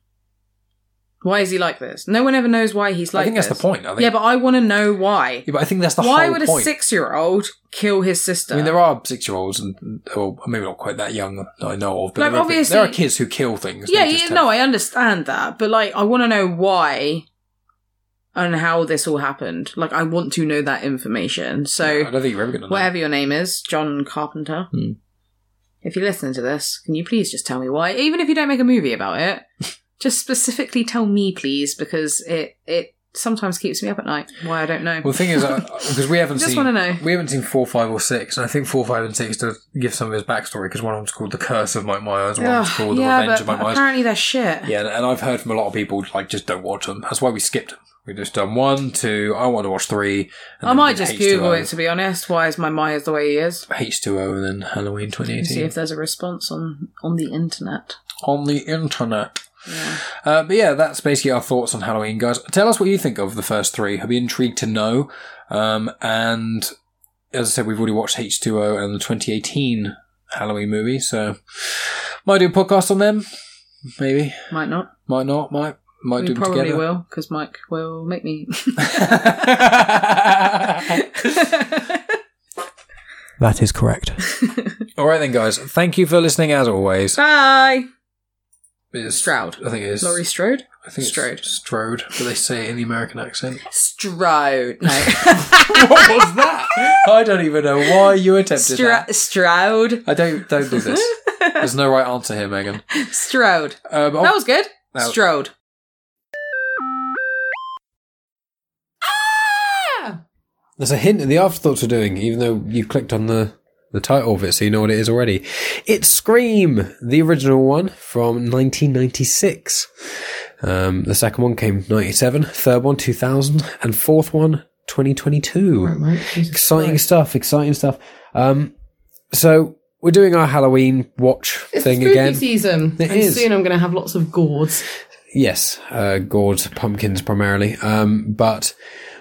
Speaker 5: Why is he like this? No one ever knows why he's like.
Speaker 2: I think that's the
Speaker 5: this.
Speaker 2: point. I think,
Speaker 5: yeah, but I want to know why.
Speaker 2: Yeah, but I think that's the
Speaker 5: Why
Speaker 2: whole
Speaker 5: would a
Speaker 2: point.
Speaker 5: six-year-old kill his sister?
Speaker 2: I mean, there are six-year-olds, and well, maybe not quite that young that I know of, but
Speaker 5: Like,
Speaker 2: there, are, kids- there are
Speaker 5: obviously-
Speaker 2: kids who kill things.
Speaker 5: yeah,
Speaker 2: They just
Speaker 5: yeah,
Speaker 2: have-
Speaker 5: no, I understand that, but like, I want to know why and how this all happened. Like, I want to know that information. So,
Speaker 2: I don't think you're ever going to know.
Speaker 5: whatever your name is, John Carpenter.
Speaker 2: Hmm.
Speaker 5: If you listen to this, can you please just tell me why? Even if you don't make a movie about it,
Speaker 2: [laughs]
Speaker 5: just specifically tell me, please, because it it sometimes keeps me up at night. Why I don't know.
Speaker 2: Well, the thing is, uh,
Speaker 5: [laughs]
Speaker 2: because we haven't
Speaker 5: Just
Speaker 2: seen,
Speaker 5: wanna know.
Speaker 2: we haven't seen four, five, or six, and I think four, five, and six to give some of his backstory because one of them's called the Curse of Mike Myers, one of
Speaker 5: Ugh,
Speaker 2: them's called
Speaker 5: yeah,
Speaker 2: the Revenge of
Speaker 5: but
Speaker 2: Mike Myers.
Speaker 5: apparently they're shit.
Speaker 2: Yeah, and- and I've heard from a lot of people like just don't watch them. That's why we skipped them. We just done one, two. I want to watch three. And
Speaker 5: I
Speaker 2: then
Speaker 5: might just
Speaker 2: H2O,
Speaker 5: Google it to be honest. Why is my Myers the way he is?
Speaker 2: H2O and then Halloween
Speaker 5: And see
Speaker 2: 2018
Speaker 5: if there's a response on on the internet.
Speaker 2: on the internet.
Speaker 5: Yeah.
Speaker 2: Uh, but yeah, that's basically our thoughts on Halloween, guys. Tell us what you think of the first three. I'd be intrigued to know. Um, and as I said, we've already watched H2O and the 2018 Halloween movie, so might do a podcast on them. Maybe,
Speaker 5: Might not.
Speaker 2: might not, might might
Speaker 5: we
Speaker 2: do them
Speaker 5: probably
Speaker 2: together. [laughs]
Speaker 5: will because Mike will make me.
Speaker 3: That is correct.
Speaker 5: [laughs]
Speaker 2: All right then, guys. Thank you for listening. As always,
Speaker 5: Bye.
Speaker 2: It's-
Speaker 5: Stroud.
Speaker 2: I think it is.
Speaker 5: Laurie Strode.
Speaker 2: I think it's
Speaker 5: Strode.
Speaker 2: Strode. But they say it in the American accent.
Speaker 5: Stroud. No.
Speaker 2: [laughs]
Speaker 5: [laughs]
Speaker 2: what was that? I don't even know why you attempted that.
Speaker 5: Stra- Stroud.
Speaker 2: I don't don't do this. There's no right answer here, Megan.
Speaker 5: Stroud.
Speaker 2: Um,
Speaker 5: That was good.
Speaker 2: That-
Speaker 5: Stroud.
Speaker 2: Ah! There's a hint in the afterthoughts we're doing, even though you clicked on the the title of it, so you know what it is already. It's Scream, the original one from 1996. Um, the second one came 97, third one 2000, and fourth one 2022. exciting stuff, exciting stuff. Um, so we're doing our Halloween watch
Speaker 6: It's
Speaker 2: thing
Speaker 6: spooky
Speaker 2: again.
Speaker 6: season,
Speaker 2: It
Speaker 6: and
Speaker 2: is.
Speaker 6: soon I'm going to have lots of gourds.
Speaker 2: Yes, uh, gourds, pumpkins primarily. Um, but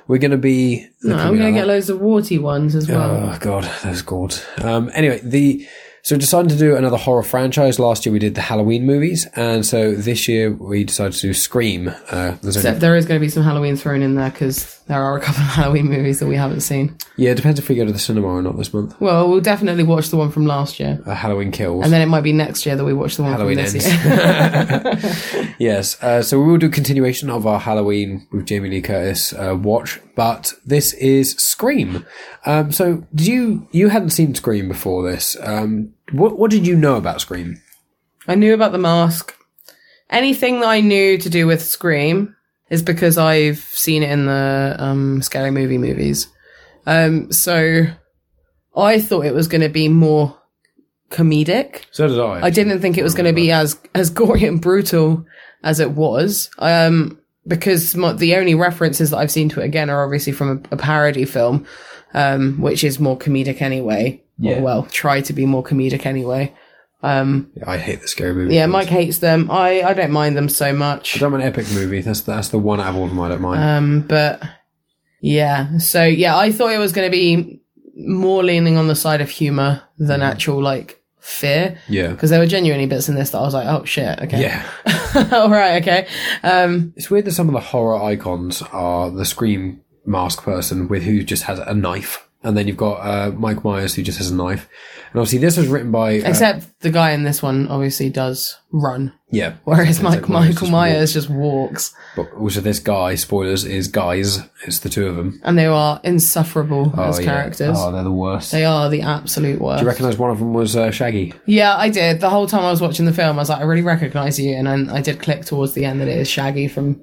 Speaker 2: we're going to be.
Speaker 6: No, I'm going to get loads of warty ones as well.
Speaker 2: Oh god, those gourds. Um, anyway, the so we decided to do another horror franchise. Last year we did the Halloween movies, and so this year we decided to do Scream. Uh, there's only-
Speaker 6: Except there is going to be some Halloween thrown in there because there are a couple of [laughs] Halloween movies that we haven't seen.
Speaker 2: yeah, it depends if we go to the cinema or not this month.
Speaker 6: Well, we'll definitely watch the one from last year,
Speaker 2: Uh, Halloween kills.
Speaker 6: and then it might be next year that we watch the one
Speaker 2: Halloween
Speaker 6: from this
Speaker 2: ends.
Speaker 6: year. [laughs]
Speaker 2: yes, uh, so we will do continuation of our Halloween with Jamie Lee Curtis uh, watch, but this is Scream. Um, so did you you hadn't seen Scream before this? Um, what what did you know about Scream?
Speaker 6: I knew about the mask. Anything that I knew to do with Scream is because I've seen it in the um, scary movie movies. Um, so I thought it was going to be more comedic.
Speaker 2: So did I.
Speaker 6: I didn't think it was going to be as as gory and brutal as it was, um, because my, the only references that I've seen to it again are obviously from a, a parody film, um, which is more comedic anyway.
Speaker 2: Yeah.
Speaker 6: Or, well, try to be more comedic anyway. Um,
Speaker 2: I hate the scary movie.
Speaker 6: yeah,
Speaker 2: films.
Speaker 6: Mike hates them. I, I don't mind them so much.
Speaker 2: I'm an epic movie. That's that's the one out of all of them I don't mind.
Speaker 6: Um, but yeah, so yeah, I thought it was going to be more leaning on the side of humor than actual like fear
Speaker 2: yeah.
Speaker 6: because there were genuinely bits in this that I was like, oh shit, okay.
Speaker 2: Yeah.
Speaker 6: [laughs] All right, okay. Um,
Speaker 2: It's weird that some of the horror icons are the scream mask person with who just has a knife. And then you've got uh, Mike Myers who just has a knife. And obviously this was written by uh,
Speaker 6: except the guy in this one obviously does run,
Speaker 2: Yeah.
Speaker 6: whereas Mike,
Speaker 2: like Myers
Speaker 6: Michael
Speaker 2: just
Speaker 6: Myers just walks,
Speaker 2: But also, this guy, spoilers, is guys. It's the two of them.
Speaker 6: and they are insufferable as
Speaker 2: yeah.
Speaker 6: characters.
Speaker 2: Oh, they're the worst.
Speaker 6: They are the absolute worst.
Speaker 2: Do you recognise one of them was uh, Shaggy?
Speaker 6: Yeah, I did. The whole time I was watching the film, I was like, I really recognise you, and then I did click towards the end that it is Shaggy from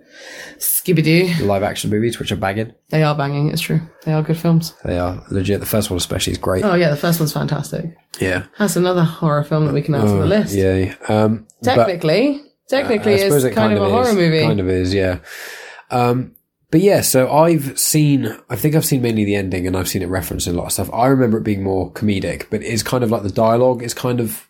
Speaker 6: Skibby Doo.
Speaker 2: The live action movies, which are banging.
Speaker 6: They are banging. It's true. They are good films.
Speaker 2: They are legit. The first one, especially, is great.
Speaker 6: Oh yeah, the first one's fantastic.
Speaker 2: Yeah.
Speaker 6: That's another horror film that we can add to the list.
Speaker 2: Yeah. Um, but
Speaker 6: Technically, technically,
Speaker 2: I
Speaker 6: it's
Speaker 2: suppose
Speaker 6: kind,
Speaker 2: it kind
Speaker 6: of a horror
Speaker 2: is.
Speaker 6: movie.
Speaker 2: Kind of is, yeah. Um, but yeah, so I've seen, I think I've seen mainly the ending and I've seen it referenced in a lot of stuff. I remember it being more comedic, but it's kind of like the dialogue is kind of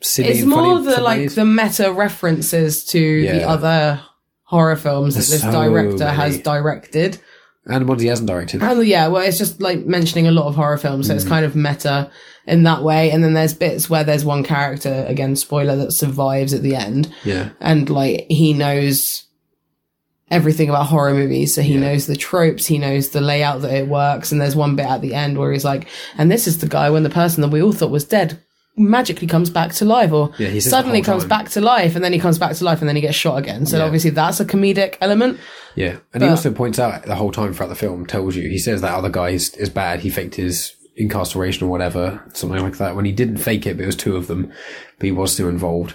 Speaker 2: silly
Speaker 6: It's
Speaker 2: and funny
Speaker 6: more
Speaker 2: in
Speaker 6: the
Speaker 2: some
Speaker 6: like
Speaker 2: ways.
Speaker 6: the meta references to the
Speaker 2: Yeah.
Speaker 6: other horror films that
Speaker 2: There's
Speaker 6: this
Speaker 2: so
Speaker 6: director has
Speaker 2: many.
Speaker 6: directed.
Speaker 2: and ones he hasn't directed.
Speaker 6: And yeah, well, it's just like mentioning a lot of horror films, so it's
Speaker 2: Mm.
Speaker 6: kind of meta in that way. And then there's bits where there's one character, again, spoiler, that survives at the end,
Speaker 2: Yeah.
Speaker 6: and like he knows everything about horror movies, so he knows the tropes, he knows the layout that it works. And there's one bit at the end where he's like, "And this is the guy when the person that we all thought was dead." Magically comes back to life, or
Speaker 2: Yeah, he says the
Speaker 6: suddenly
Speaker 2: whole
Speaker 6: comes
Speaker 2: time.
Speaker 6: back to life, and then he comes back to life, and then he gets shot again. So obviously that's a comedic element.
Speaker 2: Yeah. And he also points out the whole time throughout the film, tells you, he says that other guy is, is bad. He faked his incarceration or whatever, something like that. When he didn't fake it, but it was two of them, but he was still involved.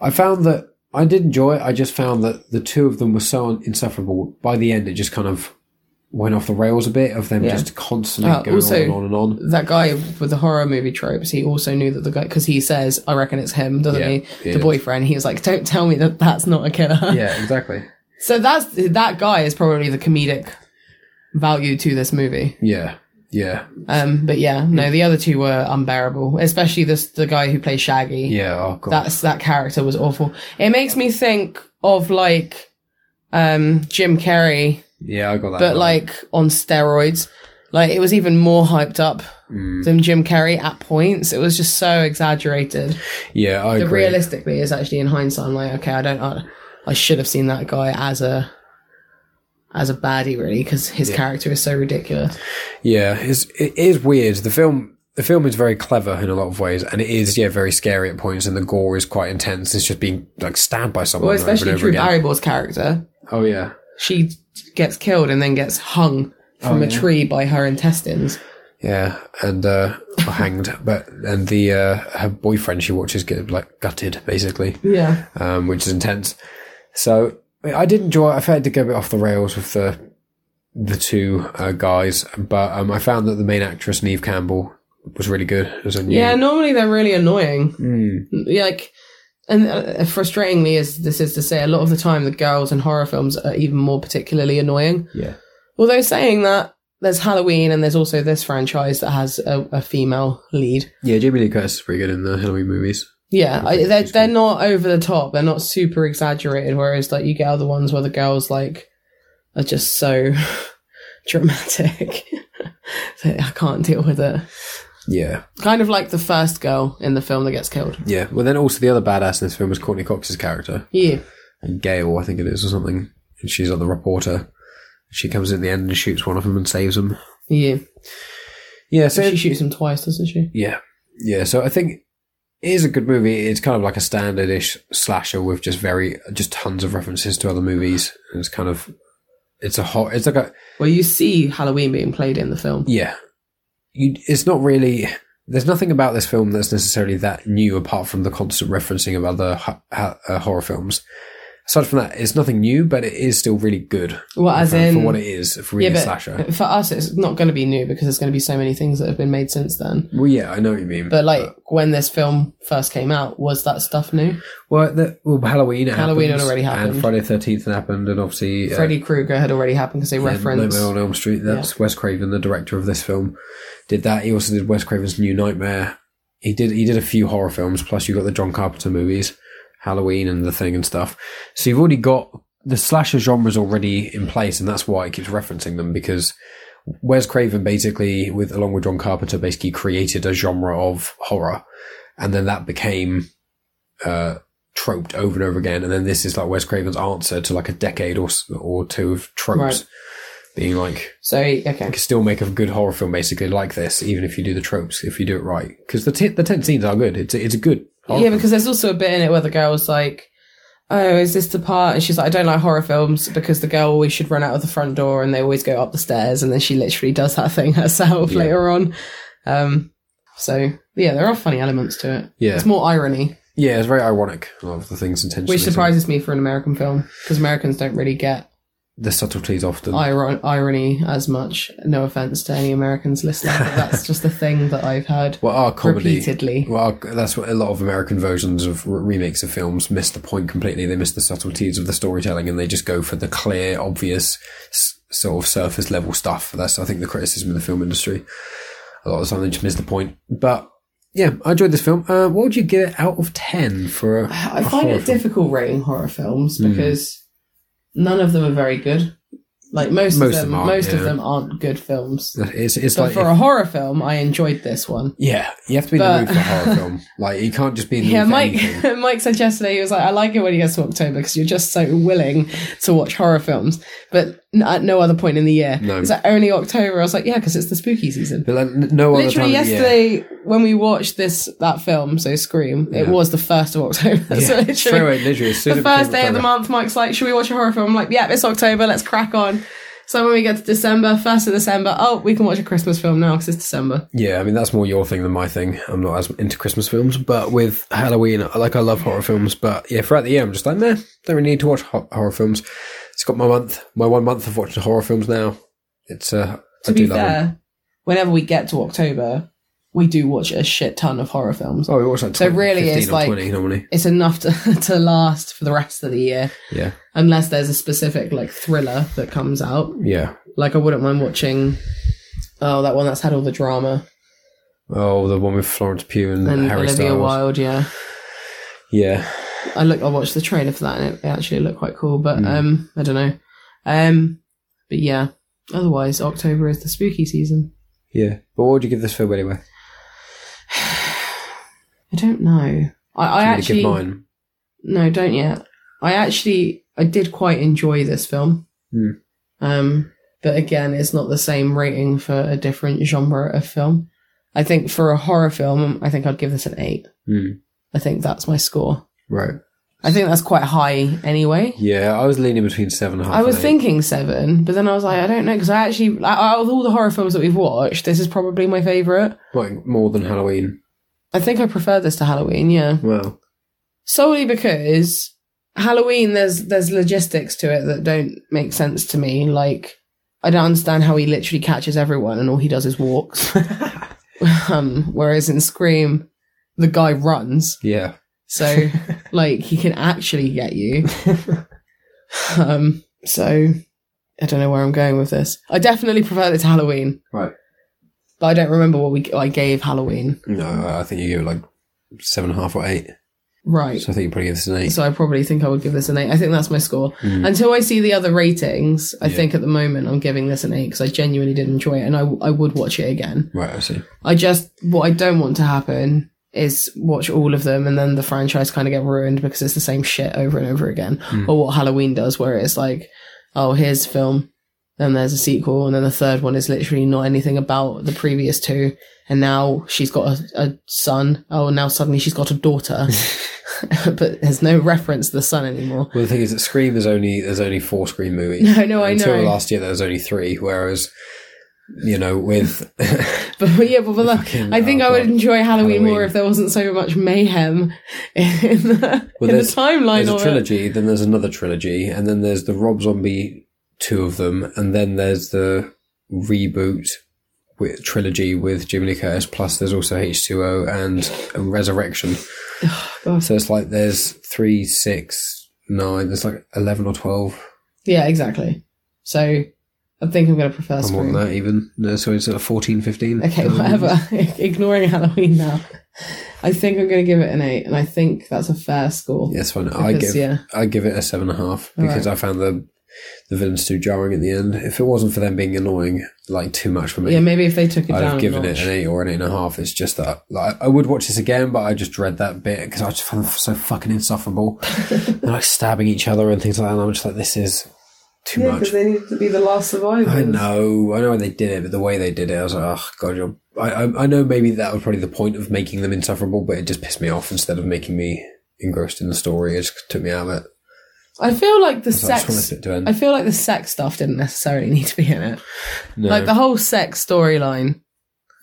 Speaker 2: I found that I did enjoy it. I just found that the two of them were so insufferable. By the end, it just kind of went off the rails a bit of them just constantly
Speaker 6: Uh,
Speaker 2: going
Speaker 6: also-
Speaker 2: on and on and
Speaker 6: [laughs]
Speaker 2: on.
Speaker 6: that guy with the horror movie tropes, he also knew that the guy, because he says, I reckon it's him, doesn't
Speaker 2: Yeah,
Speaker 6: he?
Speaker 2: he
Speaker 6: the
Speaker 2: is.
Speaker 6: boyfriend. He was like, don't tell me that that's not a killer.
Speaker 2: Yeah, exactly.
Speaker 6: So that's, that guy is probably the comedic value to this movie.
Speaker 2: Yeah. Yeah.
Speaker 6: Um, but yeah, no, the other two were unbearable, especially this, the guy who plays Shaggy.
Speaker 2: Yeah. Oh, God.
Speaker 6: That's, that character was awful. It makes me think of like, um, Jim Carrey,
Speaker 2: yeah, I got that.
Speaker 6: but
Speaker 2: one.
Speaker 6: like on steroids. Like it was even more hyped up than Jim Carrey at points. It was just so exaggerated.
Speaker 2: yeah, I
Speaker 6: But
Speaker 2: agree.
Speaker 6: realistically, it's actually in hindsight. I'm like, okay, I don't. I, I should have seen that guy as a as a baddie, really, because his character is so ridiculous.
Speaker 2: Yeah, it's, it is weird. The film the film is very clever in a lot of ways, and it is yeah very scary at points, and the gore is quite intense. It's just being like stabbed by someone
Speaker 6: Well,
Speaker 2: over and
Speaker 6: especially
Speaker 2: over
Speaker 6: Drew
Speaker 2: again.
Speaker 6: Barrymore's character.
Speaker 2: Oh yeah,
Speaker 6: She gets killed and then gets hung from a tree by her intestines.
Speaker 2: yeah, and uh, [laughs] or hanged. But and the uh, her boyfriend she watches get like gutted basically,
Speaker 6: Yeah,
Speaker 2: um, which is intense. So I did enjoy. it. I tried to go a bit off the rails with the the two uh, guys, but um, I found that the main actress Neve Campbell was really good as a new
Speaker 6: yeah. Normally they're really annoying.
Speaker 2: Mm.
Speaker 6: Yeah, like and uh, frustratingly as this is to say a lot of the time the girls in horror films are even more particularly annoying
Speaker 2: Yeah.
Speaker 6: although saying that there's halloween and there's also this franchise that has a, a female lead
Speaker 2: Yeah, Jamie Lee Curtis is pretty good in the Halloween movies.
Speaker 6: yeah I, they're, they're not over the top they're not super exaggerated whereas like you get other ones where the girls like are just so [laughs] dramatic [laughs] that i can't deal with it
Speaker 2: Yeah,
Speaker 6: kind of like the first girl in the film that gets killed
Speaker 2: yeah. Well, then also the other badass in this film was Courtney Cox's character,
Speaker 6: yeah
Speaker 2: Gail, I think it is, or something. And she's like the reporter. She comes in at the end and shoots one of them and saves them.
Speaker 6: yeah
Speaker 2: Yeah, so
Speaker 6: she shoots him twice doesn't she
Speaker 2: yeah, yeah. So I think it is a good movie. It's kind of like a standardish slasher with just very just tons of references to other movies. And it's kind of it's a hot. It's like a
Speaker 6: Well, you see Halloween being played in the film.
Speaker 2: Yeah. You, it's not really. There's nothing about this film that's necessarily that new apart from the constant referencing of other ho- ho- uh, horror films. Aside from that, it's nothing new, but it is still really good.
Speaker 6: Well, as
Speaker 2: for,
Speaker 6: in
Speaker 2: for what it is, for really a slasher.
Speaker 6: for us, it's not going to be new because there's going to be so many things that have been made since then.
Speaker 2: Well, yeah, I know what you mean.
Speaker 6: But like when this film first came out, was that stuff new?
Speaker 2: well, the, well, Halloween. it
Speaker 6: Halloween
Speaker 2: happens,
Speaker 6: had already happened.
Speaker 2: and Friday Thirteenth happened, and obviously uh,
Speaker 6: Freddy Krueger had already happened because they
Speaker 2: Yeah,
Speaker 6: referenced.
Speaker 2: Nightmare on Elm Street. That's Wes Craven, the director of this film, did that. He also did Wes Craven's New Nightmare. He did he did a few horror films. Plus, you got the John Carpenter movies, Halloween and the Thing and stuff. So you've already got the slasher genre's already in place, and that's why it keeps referencing them because Wes Craven basically, with along with John Carpenter, basically created a genre of horror, and then that became. Uh, troped over and over again and then this is like Wes Craven's answer to like a decade or s- or two of tropes
Speaker 6: Right.
Speaker 2: being like
Speaker 6: so okay,
Speaker 2: you can still make a good horror film basically like this, even if you do the tropes, if you do it right. Because the t- the ten scenes are good. It's a, it's a good
Speaker 6: Yeah, because there's also a bit in it where the girl's like, "Oh, is this the part?" And she's like, "I don't like horror films because the girl always should run out of the front door, and they always go up the stairs, and then she literally does that thing [laughs] herself
Speaker 2: Yeah.
Speaker 6: later on." Um, so yeah, there are funny elements to it.
Speaker 2: Yeah.
Speaker 6: it's more irony,
Speaker 2: Yeah, it's very ironic of the things intentionally.
Speaker 6: which surprises me for an American film because Americans don't really get
Speaker 2: the subtleties often.
Speaker 6: iron- irony as much. No offense to any Americans listening, but that's just the thing that I've heard
Speaker 2: well, our comedy.
Speaker 6: repeatedly.
Speaker 2: Well, our- that's what a lot of American versions of re- remakes of films miss the point completely. They miss the subtleties of the storytelling, and they just go for the clear, obvious, s- sort of surface level stuff. That's I think the criticism of the film industry. A lot of the time, they just miss the point. But yeah, I enjoyed this film. Uh, what would you give it out of ten for? a
Speaker 6: I
Speaker 2: a
Speaker 6: find
Speaker 2: horror film?
Speaker 6: it
Speaker 2: Hmm.
Speaker 6: difficult rating horror films because none of them are very good. Like most,
Speaker 2: Most of
Speaker 6: of them,
Speaker 2: them aren't,
Speaker 6: most of
Speaker 2: yeah.
Speaker 6: them aren't good films.
Speaker 2: It's it's
Speaker 6: But
Speaker 2: like
Speaker 6: for
Speaker 2: if-
Speaker 6: a horror film, I enjoyed this one.
Speaker 2: yeah, you have to be
Speaker 6: But-
Speaker 2: in the mood for a horror film. Like you can't just be in the mood
Speaker 6: [laughs] Yeah,
Speaker 2: for
Speaker 6: Mike.
Speaker 2: anything.
Speaker 6: Mike said yesterday he was like, "I like it when he gets to October because you're just so willing to watch horror films." But n- at no other point in the year,
Speaker 2: No.
Speaker 6: it's like only October. I was like, "Yeah, because it's the spooky season."
Speaker 2: But like, n- no other
Speaker 6: Literally
Speaker 2: time of the year.
Speaker 6: yesterday, [laughs] when we watched this that film, so Scream, it
Speaker 2: Yeah.
Speaker 6: was the first of
Speaker 2: Yeah,
Speaker 6: October. [laughs] so
Speaker 2: straight
Speaker 6: literally,
Speaker 2: away, literally, as soon as it
Speaker 6: [laughs] the
Speaker 2: became
Speaker 6: first day of the
Speaker 2: October.
Speaker 6: month, Mike's like, should we watch a horror film? I'm like, yeah, it's October, let's crack on. So when we get to December, first of December, oh, we can watch a Christmas film now because it's December.
Speaker 2: Yeah, I mean that's more your thing than my thing. I'm not as into Christmas films, but with Halloween, like I love horror films, but yeah, throughout the year I'm just like, nah, don't really need to watch ho- horror films. It's got my month, my one month of watching horror films now. It's uh,
Speaker 6: To
Speaker 2: I
Speaker 6: be
Speaker 2: do love them.
Speaker 6: fair, whenever we get to October, we do watch a shit ton of horror films.
Speaker 2: Oh, we watch like 20,
Speaker 6: So really,
Speaker 2: 15
Speaker 6: it's
Speaker 2: or
Speaker 6: like-
Speaker 2: 20 normally.
Speaker 6: It's enough to, [laughs] to last for the rest of the year,
Speaker 2: Yeah,
Speaker 6: unless there's a specific like thriller that comes out.
Speaker 2: yeah.
Speaker 6: Like I wouldn't mind watching, oh, that one that's had all the drama
Speaker 2: Oh, the one with Florence Pugh and,
Speaker 6: and
Speaker 2: Mm, Harry
Speaker 6: Olivia
Speaker 2: Styles.
Speaker 6: Wilde. Yeah,
Speaker 2: Yeah,
Speaker 6: I look. I watched the trailer for that, and it, it actually looked quite cool. But
Speaker 2: Mm.
Speaker 6: um, I don't know. Um, but yeah. Otherwise, October is the spooky season.
Speaker 2: yeah. But what would you give this film anyway?
Speaker 6: I don't know. I, I
Speaker 2: I'm gonna
Speaker 6: actually
Speaker 2: give mine.
Speaker 6: no, don't yet. I actually I did quite enjoy this film.
Speaker 2: Hmm.
Speaker 6: Um, but again, it's not the same rating for a different genre of film. I think for a horror film, I think I'd give this an eight.
Speaker 2: Mm,
Speaker 6: I think that's my score.
Speaker 2: right.
Speaker 6: I think that's quite high anyway.
Speaker 2: Yeah, I was leaning between seven and a half.
Speaker 6: I was
Speaker 2: and eight.
Speaker 6: thinking seven, but then I was like, I don't know, because I actually, like, out of all the horror films that we've watched, this is probably my favourite.
Speaker 2: Like, more than Halloween.
Speaker 6: I think I prefer this to Halloween, yeah.
Speaker 2: Well,
Speaker 6: Solely because Halloween, there's there's logistics to it that don't make sense to me. Like, I don't understand how he literally catches everyone and all he does is walks. um, whereas in Scream, the guy runs,
Speaker 2: yeah.
Speaker 6: so like he can actually get you. Um, so I don't know where I'm going with this. I definitely prefer it to Halloween,
Speaker 2: Right.
Speaker 6: but I don't remember what we what I gave Halloween.
Speaker 2: No, I think you give it like seven and a half or eight.
Speaker 6: Right.
Speaker 2: So I think you probably give this an eight.
Speaker 6: So I probably think I would give this an eight. I think that's my score.
Speaker 2: Mm.
Speaker 6: Until I see the other ratings, I
Speaker 2: Yeah.
Speaker 6: think at the moment I'm giving this an eight because I genuinely did enjoy it and I, I would watch it again.
Speaker 2: right, I see.
Speaker 6: I just, what I don't want to happen is watch all of them and then the franchise kind of get ruined because it's the same shit over and over again.
Speaker 2: Hmm.
Speaker 6: Or what Halloween does, where it's like, oh, here's a film, then there's a sequel, and then the third one is literally not anything about the previous two. And now she's got a, a son. Oh, now suddenly she's got
Speaker 2: [laughs]
Speaker 6: a daughter. [laughs] but there's no reference to the son anymore. [laughs]
Speaker 2: Well, the thing is that Scream is only there's only four Scream movies.
Speaker 6: No, no, [laughs] I
Speaker 2: Until
Speaker 6: know.
Speaker 2: last year, there was only three. Whereas, you know,
Speaker 6: [laughs]
Speaker 2: with
Speaker 6: But, but yeah, but, but look,
Speaker 2: Fucking-
Speaker 6: I think
Speaker 2: oh,
Speaker 6: I would
Speaker 2: God.
Speaker 6: enjoy Halloween, more
Speaker 2: Halloween.
Speaker 6: if there wasn't so much mayhem [laughs] in the,
Speaker 2: Well,
Speaker 6: in the
Speaker 2: there's-
Speaker 6: timeline
Speaker 2: there's a
Speaker 6: of it.
Speaker 2: trilogy, then there's another trilogy, and then there's the Rob Zombie two of them, and then there's the reboot with trilogy with Jim Lee Curtis. Plus, there's also H two O and Resurrection.
Speaker 6: God.
Speaker 2: So it's like there's three, six, nine. There's like eleven or twelve.
Speaker 6: Yeah, exactly. So I think I'm going to prefer
Speaker 2: I'm on
Speaker 6: Scream.
Speaker 2: that even. No, so it's at 14, 15.
Speaker 6: Okay,
Speaker 2: Um,
Speaker 6: whatever. [laughs] Ignoring Halloween now. I think I'm going to give it an eight, and I think that's a fair score.
Speaker 2: Yes, fine. I
Speaker 6: Because,
Speaker 2: give
Speaker 6: yeah.
Speaker 2: I give it a seven and a half because I found the the villains too jarring at the end. If it wasn't for them being annoying, like too much for me,
Speaker 6: Yeah, maybe if they took it
Speaker 2: I'd
Speaker 6: down.
Speaker 2: have
Speaker 6: a
Speaker 2: given it
Speaker 6: notch.
Speaker 2: an eight or an eight and a half. It's just that like I would watch this again, but I just dread that bit because I just
Speaker 6: [laughs]
Speaker 2: find them so fucking insufferable. They're like stabbing each other and things like that. And I'm just like, this is too
Speaker 6: Yeah,
Speaker 2: much.
Speaker 6: because they needed to be the last survivors.
Speaker 2: I know, I know why they did it, but the way they did it, I was like, oh god, you're. I, I, I know maybe that was probably the point of making them insufferable, but it just pissed me off instead of making me engrossed in the story. It just took me out of it.
Speaker 6: I feel like the
Speaker 2: So I just wanted
Speaker 6: sex.
Speaker 2: it to end.
Speaker 6: I feel like the sex stuff didn't necessarily need to be in it.
Speaker 2: no.
Speaker 6: Like the whole sex storyline,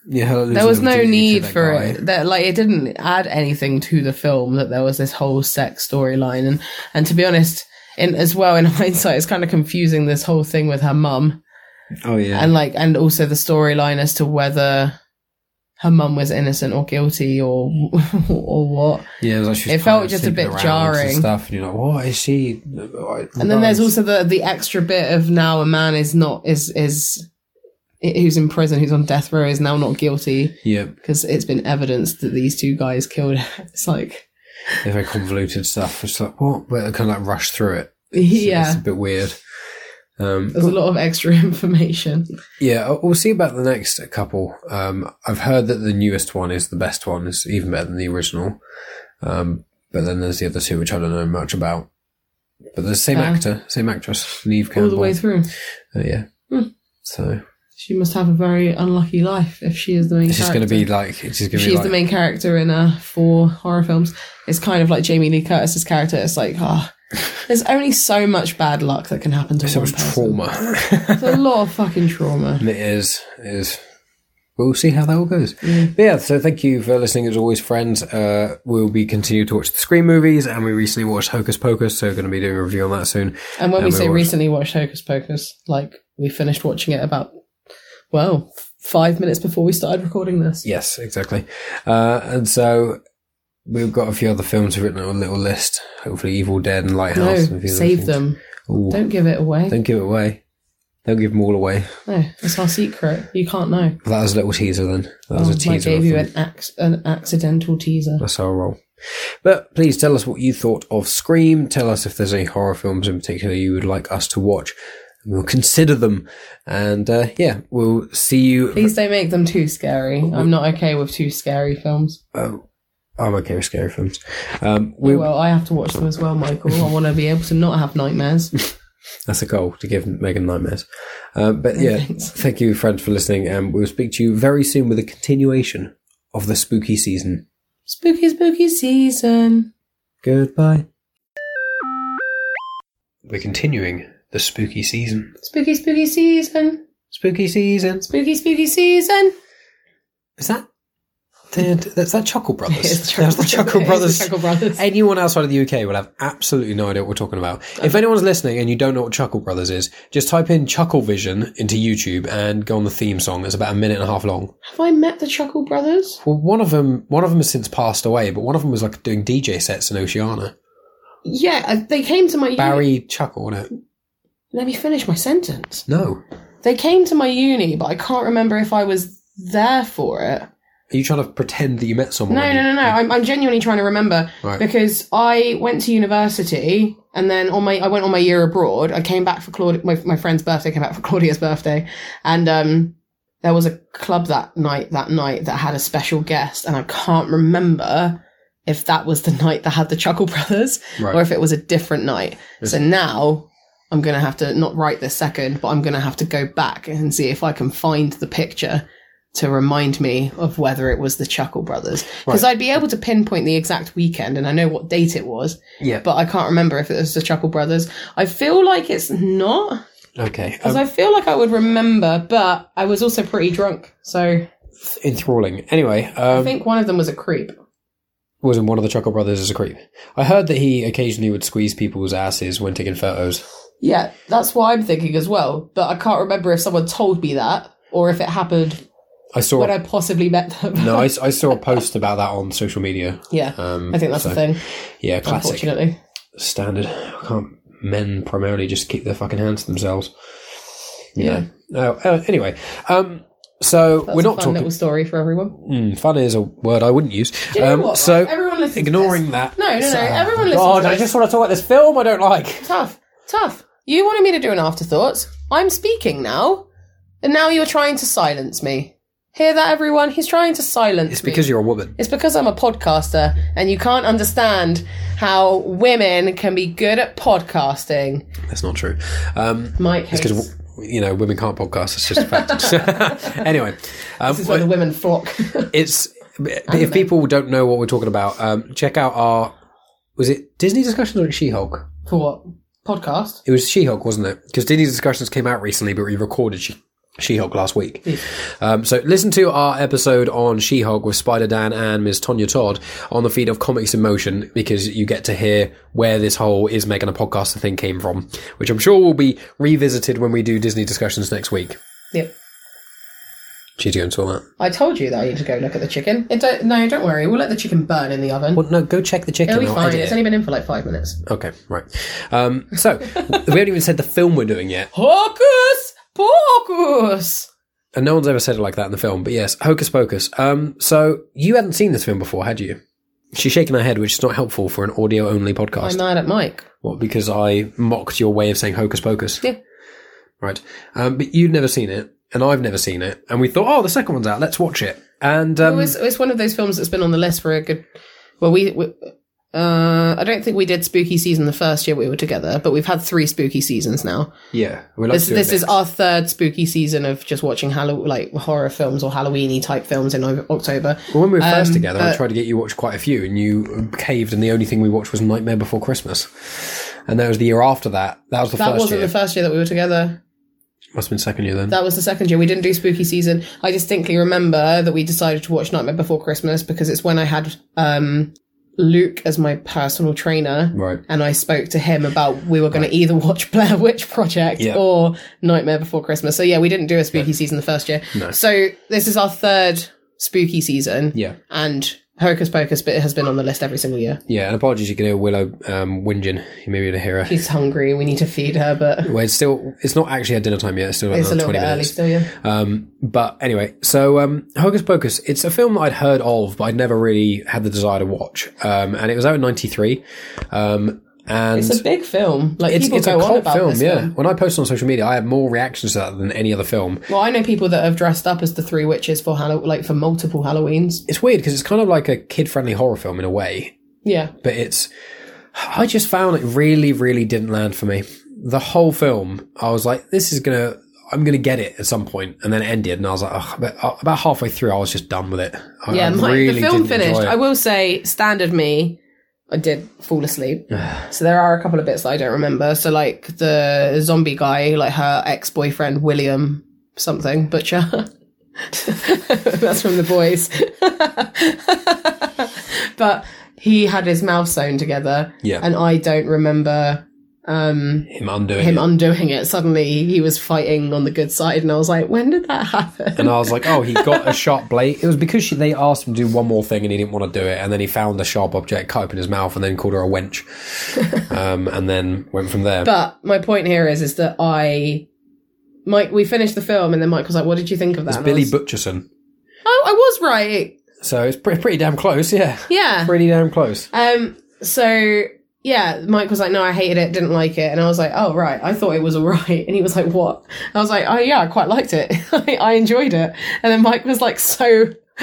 Speaker 2: yeah,
Speaker 6: there was no need for it. That like it didn't add anything to the film that there was this whole sex storyline, and and to be honest, in as well in [laughs] hindsight, it's kind of confusing this whole thing with her mum.
Speaker 2: Oh yeah,
Speaker 6: and like and also the storyline as to whether her mum was innocent or guilty or [laughs] or what
Speaker 2: yeah. It, was like she was
Speaker 6: it felt
Speaker 2: kind of
Speaker 6: just a bit
Speaker 2: sleeping around and
Speaker 6: jarring.
Speaker 2: stuff, and you're like, what is she?
Speaker 6: and then there's also the the extra bit of now a man is not is is who's in prison who's on death row is now not guilty
Speaker 2: yeah,
Speaker 6: because it's been evidenced that these two guys killed her. [laughs] it's like
Speaker 2: they're very convoluted stuff. It's like what, but I kind of like rush through it. It's- it's a
Speaker 6: yeah
Speaker 2: bit weird. Um,
Speaker 6: there's a lot of extra [laughs] information
Speaker 2: Yeah, uh, we'll see about the next couple. Um, I've heard that the newest one is the best one. It's even better than the original. Um, but then there's the other two, which I don't know much about. But the same
Speaker 6: Ah.
Speaker 2: actor, same actress, Neve Campbell.
Speaker 6: all the way through
Speaker 2: Uh, yeah.
Speaker 6: Hmm.
Speaker 2: So
Speaker 6: she must have a very unlucky life if she is the main
Speaker 2: it's just going to
Speaker 6: character.
Speaker 2: be like she's going to be
Speaker 6: she's
Speaker 2: like,
Speaker 6: the main character in uh, four horror films. It's kind of like Jamie Lee Curtis's character. It's like,
Speaker 2: [laughs]
Speaker 6: ah, there's only so much bad luck that can happen to
Speaker 2: so
Speaker 6: one
Speaker 2: much
Speaker 6: person.
Speaker 2: trauma.
Speaker 6: It's a lot of fucking trauma.
Speaker 2: [laughs] And it is. It is. We'll see how that all goes. But yeah, so thank you for listening as always, friends. Uh, we'll be continuing to watch the Scream movies, and we recently watched Hocus Pocus, so we're going to be doing a review on that soon.
Speaker 6: And when
Speaker 2: And
Speaker 6: we,
Speaker 2: we
Speaker 6: say
Speaker 2: watched-
Speaker 6: recently watched Hocus Pocus, like we finished watching it about well f- five minutes before we started recording this.
Speaker 2: Yes, exactly. Uh, and so we've got a few other films we've written on a little list. Hopefully, Evil Dead and
Speaker 6: No,
Speaker 2: Lighthouse. and a few other
Speaker 6: save
Speaker 2: things.
Speaker 6: them.
Speaker 2: Ooh, don't,
Speaker 6: Don't give it away.
Speaker 2: give it away. Don't give them all away.
Speaker 6: No, it's our secret. You can't know.
Speaker 2: Well, that was a little teaser then. That was
Speaker 6: Oh,
Speaker 2: a teaser.
Speaker 6: I gave
Speaker 2: of
Speaker 6: you
Speaker 2: them.
Speaker 6: an, ac- an accidental teaser.
Speaker 2: That's our role. But please tell us what you thought of Scream. Tell us if there's any horror films in particular you would like us to watch. And We'll consider them. And uh, yeah, we'll see you.
Speaker 6: Please don't make them too scary. I'm not okay with too scary films.
Speaker 2: uh, I'm okay with scary films. Um, we,
Speaker 6: Oh, well, I have to watch them as well, Michael. I want to be able to not have nightmares.
Speaker 2: That's a goal to give Megan nightmares. Um, but [laughs]
Speaker 6: [laughs]
Speaker 2: yeah, thank you, friends, for listening, and we'll speak to you very soon with a continuation of the spooky season.
Speaker 6: spooky, spooky season.
Speaker 2: Goodbye. We're continuing the spooky season.
Speaker 6: Spooky, spooky season.
Speaker 2: Spooky season.
Speaker 6: Spooky, spooky season.
Speaker 2: Is that? That's that Chuckle Brothers. [laughs]
Speaker 6: It's
Speaker 2: that was the Chuckle Brothers.
Speaker 6: Chuckle Brothers.
Speaker 2: Anyone outside of the UK will have absolutely no idea what we're talking about. If anyone's listening and you don't know what Chuckle Brothers is, just type in Chuckle Vision into YouTube and go on the theme song. It's about a minute and a half long.
Speaker 6: Have I met the Chuckle Brothers?
Speaker 2: Well, one of them, one of them has since passed away, but one of them was like doing DJ sets in Oceania.
Speaker 6: Yeah, uh, they came to my uni.
Speaker 2: Barry Chuckle, wasn't it?
Speaker 6: Let me finish my sentence.
Speaker 2: No.
Speaker 6: They came to my uni, but I can't remember if I was there for it.
Speaker 2: Are you trying to pretend that you met someone?
Speaker 6: No, no, no, no. I'm, I'm genuinely trying to remember
Speaker 2: Right.
Speaker 6: because I went to university and then on my I went on my year abroad. I came back for Claudia, my, my friend's birthday. Came back for [laughs] Claudia's birthday, and um, there was a club that night that night that had a special guest, and I can't remember if that was the [laughs] night that had the Chuckle Brothers
Speaker 2: Right.
Speaker 6: or if it was a different night. So now. I'm gonna have to not right this second, but I'm gonna have to go back and see if I can find the picture to remind me of whether it was the Chuckle Brothers. Because I'd be able to pinpoint the exact weekend and I know what date it was,
Speaker 2: Yeah.
Speaker 6: but I can't remember if it was the Chuckle Brothers. I feel like it's not,
Speaker 2: okay.
Speaker 6: because
Speaker 2: Um,
Speaker 6: I feel like I would remember, but I was also pretty drunk. So
Speaker 2: enthralling. Anyway,
Speaker 6: I
Speaker 2: um,
Speaker 6: think one of them was a creep.
Speaker 2: was in one of the Chuckle Brothers as a creep. I heard that he occasionally would squeeze people's asses when taking photos.
Speaker 6: Yeah, that's what I'm thinking as well, but I can't remember if someone told me that or if it happened
Speaker 2: I saw.
Speaker 6: when I possibly met them. [laughs]
Speaker 2: no, I, I saw a post about that on social media.
Speaker 6: yeah,
Speaker 2: Um,
Speaker 6: I think that's
Speaker 2: so,
Speaker 6: the thing,
Speaker 2: Yeah, classic.
Speaker 6: unfortunately.
Speaker 2: standard. Can't men primarily just keep their fucking hands to themselves?
Speaker 6: Yeah.
Speaker 2: No. Uh, anyway, um, so
Speaker 6: That's
Speaker 2: we're
Speaker 6: a
Speaker 2: not
Speaker 6: fun
Speaker 2: talking.
Speaker 6: little story for everyone.
Speaker 2: Mm, fun is a word I wouldn't use.
Speaker 6: Do you know
Speaker 2: um,
Speaker 6: what?
Speaker 2: so
Speaker 6: everyone listens
Speaker 2: ignoring
Speaker 6: to this.
Speaker 2: that.
Speaker 6: No, no, no,
Speaker 2: so-
Speaker 6: everyone listens
Speaker 2: God,
Speaker 6: to
Speaker 2: I
Speaker 6: this.
Speaker 2: just want to talk about this film I don't like.
Speaker 6: Tough, tough. You wanted me to do an afterthought. I'm speaking now, and now you're trying to silence me. Hear that, everyone? He's trying to silence
Speaker 2: It's
Speaker 6: me.
Speaker 2: because you're a woman.
Speaker 6: It's because I'm a podcaster and you can't understand how women can be good at podcasting.
Speaker 2: That's not true. Um,
Speaker 6: Mike
Speaker 2: it's
Speaker 6: hates.
Speaker 2: because you know women can't podcast. It's just a fact. [laughs] anyway, um,
Speaker 6: this is where the women flock. [laughs]
Speaker 2: it's if people don't know what we're talking about, um, check out our was it Disney discussions or She Hulk?
Speaker 6: For what? Podcast?
Speaker 2: It was She Hulk, wasn't it? Because Disney discussions came out recently, but we recorded She. She-Hulk last week. Um, so listen to our episode on She-Hulk with Spider Dan and Ms. Tonya Todd on the feed of Comics in Motion because you get to hear where this whole is making a podcaster thing came from, which I'm sure will be revisited when we do Disney discussions next week.
Speaker 6: Yep.
Speaker 2: She's going to all that.
Speaker 6: I told you that I need to go look at the chicken. It don't, no, don't worry. We'll let the chicken burn in the oven.
Speaker 2: Well, no, go check the chicken.
Speaker 6: It'll be
Speaker 2: I'll
Speaker 6: fine.
Speaker 2: edit
Speaker 6: It's
Speaker 2: it.
Speaker 6: only been in for like five minutes.
Speaker 2: Okay, right. Um, so [laughs] we haven't even said the film we're doing yet,
Speaker 6: Hocus pocus!
Speaker 2: and no one's ever said it like that in the film. But yes, Hocus Pocus. Um, so you hadn't seen this film before, had you? She's shaking her head, which is not helpful for an audio-only
Speaker 6: I'm
Speaker 2: podcast.
Speaker 6: mad at Mike.
Speaker 2: What? Because I mocked your way of saying Hocus Pocus.
Speaker 6: Yeah.
Speaker 2: Right. Um, but you'd never seen it, and I've never seen it, and we thought, oh, the second one's out. Let's watch it. And um,
Speaker 6: Well, it's, it's one of those films that's been on the list for a good. Well, we. we uh, I don't think we did spooky season the first year we were together, but we've had three spooky seasons now.
Speaker 2: yeah, we're like
Speaker 6: This, this is our third spooky season of just watching Hallow- like horror films or Halloweeny type films in o- October.
Speaker 2: Well, when we were first
Speaker 6: Um,
Speaker 2: together, I
Speaker 6: but-
Speaker 2: tried to get you to watch quite a few, and you caved, and the only thing we watched was Nightmare Before Christmas. And that was the year after that. That was the
Speaker 6: That
Speaker 2: 1st
Speaker 6: wasn't
Speaker 2: year.
Speaker 6: the first year that we were together.
Speaker 2: Must have been second year then.
Speaker 6: That was the second year. We didn't do spooky season. I distinctly remember that we decided to watch Nightmare Before Christmas because it's when I had um, Luke as my personal trainer.
Speaker 2: right.
Speaker 6: and I spoke to him about we were going to either watch [laughs] Blair Witch Project
Speaker 2: Yeah.
Speaker 6: or Nightmare Before Christmas. So yeah, we didn't do a spooky season the first year.
Speaker 2: No.
Speaker 6: So this is our third spooky season,
Speaker 2: Yeah.
Speaker 6: and Hocus Pocus bit has been on the list every single year.
Speaker 2: Yeah. And apologies, you can hear Willow um, whinging. You may be able to hear her.
Speaker 6: She's hungry. We need to feed her, but
Speaker 2: Well, it's still, it's not actually at dinner time yet. It's still
Speaker 6: it's a
Speaker 2: another 20
Speaker 6: little bit early
Speaker 2: minutes.
Speaker 6: still. Yeah,
Speaker 2: Um, but anyway, so um, Hocus Pocus, it's a film that I'd heard of, but I'd never really had the desire to watch. Um, and it was out in 93. Um, and
Speaker 6: it's a big film. Like
Speaker 2: it's,
Speaker 6: people
Speaker 2: it's a
Speaker 6: go on
Speaker 2: cult
Speaker 6: about
Speaker 2: film,
Speaker 6: this
Speaker 2: yeah.
Speaker 6: film.
Speaker 2: When I post on social media, I have more reactions to that than any other film.
Speaker 6: Well, I know people that have dressed up as the three witches for Hallow- like for multiple Halloweens.
Speaker 2: It's weird because it's kind of like a kid-friendly horror film in a way,
Speaker 6: Yeah,
Speaker 2: but it's. I just found it really, really didn't land for me. The whole film, I was like, this is gonna. I'm gonna get it at some point, and then it ended, and I was like, Ugh, but uh, about halfway through, I was just done with it. I,
Speaker 6: yeah.
Speaker 2: I
Speaker 6: my,
Speaker 2: really
Speaker 6: the film
Speaker 2: didn't enjoy
Speaker 6: finished.
Speaker 2: it.
Speaker 6: I will say, standard me, I did
Speaker 2: [sighs]
Speaker 6: fall asleep. so there are a couple of bits that I don't remember. So like the zombie guy, like her ex boyfriend William something butcher. [laughs] That's from the boys. [laughs] but he had his mouth sewn together,
Speaker 2: Yeah.
Speaker 6: and I don't remember um,
Speaker 2: him undoing
Speaker 6: him
Speaker 2: it.
Speaker 6: undoing it. Suddenly, he was fighting on the good side, and I was like, "When did that happen?"
Speaker 2: and I was like, "Oh, he got a sharp blade." It was because she, they asked him to do one more thing, and he didn't want to do it. And then he found a sharp object, cut up in his mouth, and then called her a
Speaker 6: [laughs]
Speaker 2: wench, um, and then went from there.
Speaker 6: But my point here is, is that I, Mike, we finished the film, and then Mike was like, "What did you think of that?"
Speaker 2: it's
Speaker 6: And I
Speaker 2: Billy
Speaker 6: was-
Speaker 2: Butcherson,
Speaker 6: oh, I was right.
Speaker 2: so it's pretty, pretty damn close. Yeah,
Speaker 6: Yeah.
Speaker 2: pretty damn close.
Speaker 6: Um. So yeah, Mike was like, "No, I hated it. Didn't like it." And I was like, "Oh right, I thought it was alright." [laughs] And he was like, "What?" I was like, "Oh yeah, I quite liked it. [laughs] I, I enjoyed it." And then Mike was like, "So." [laughs]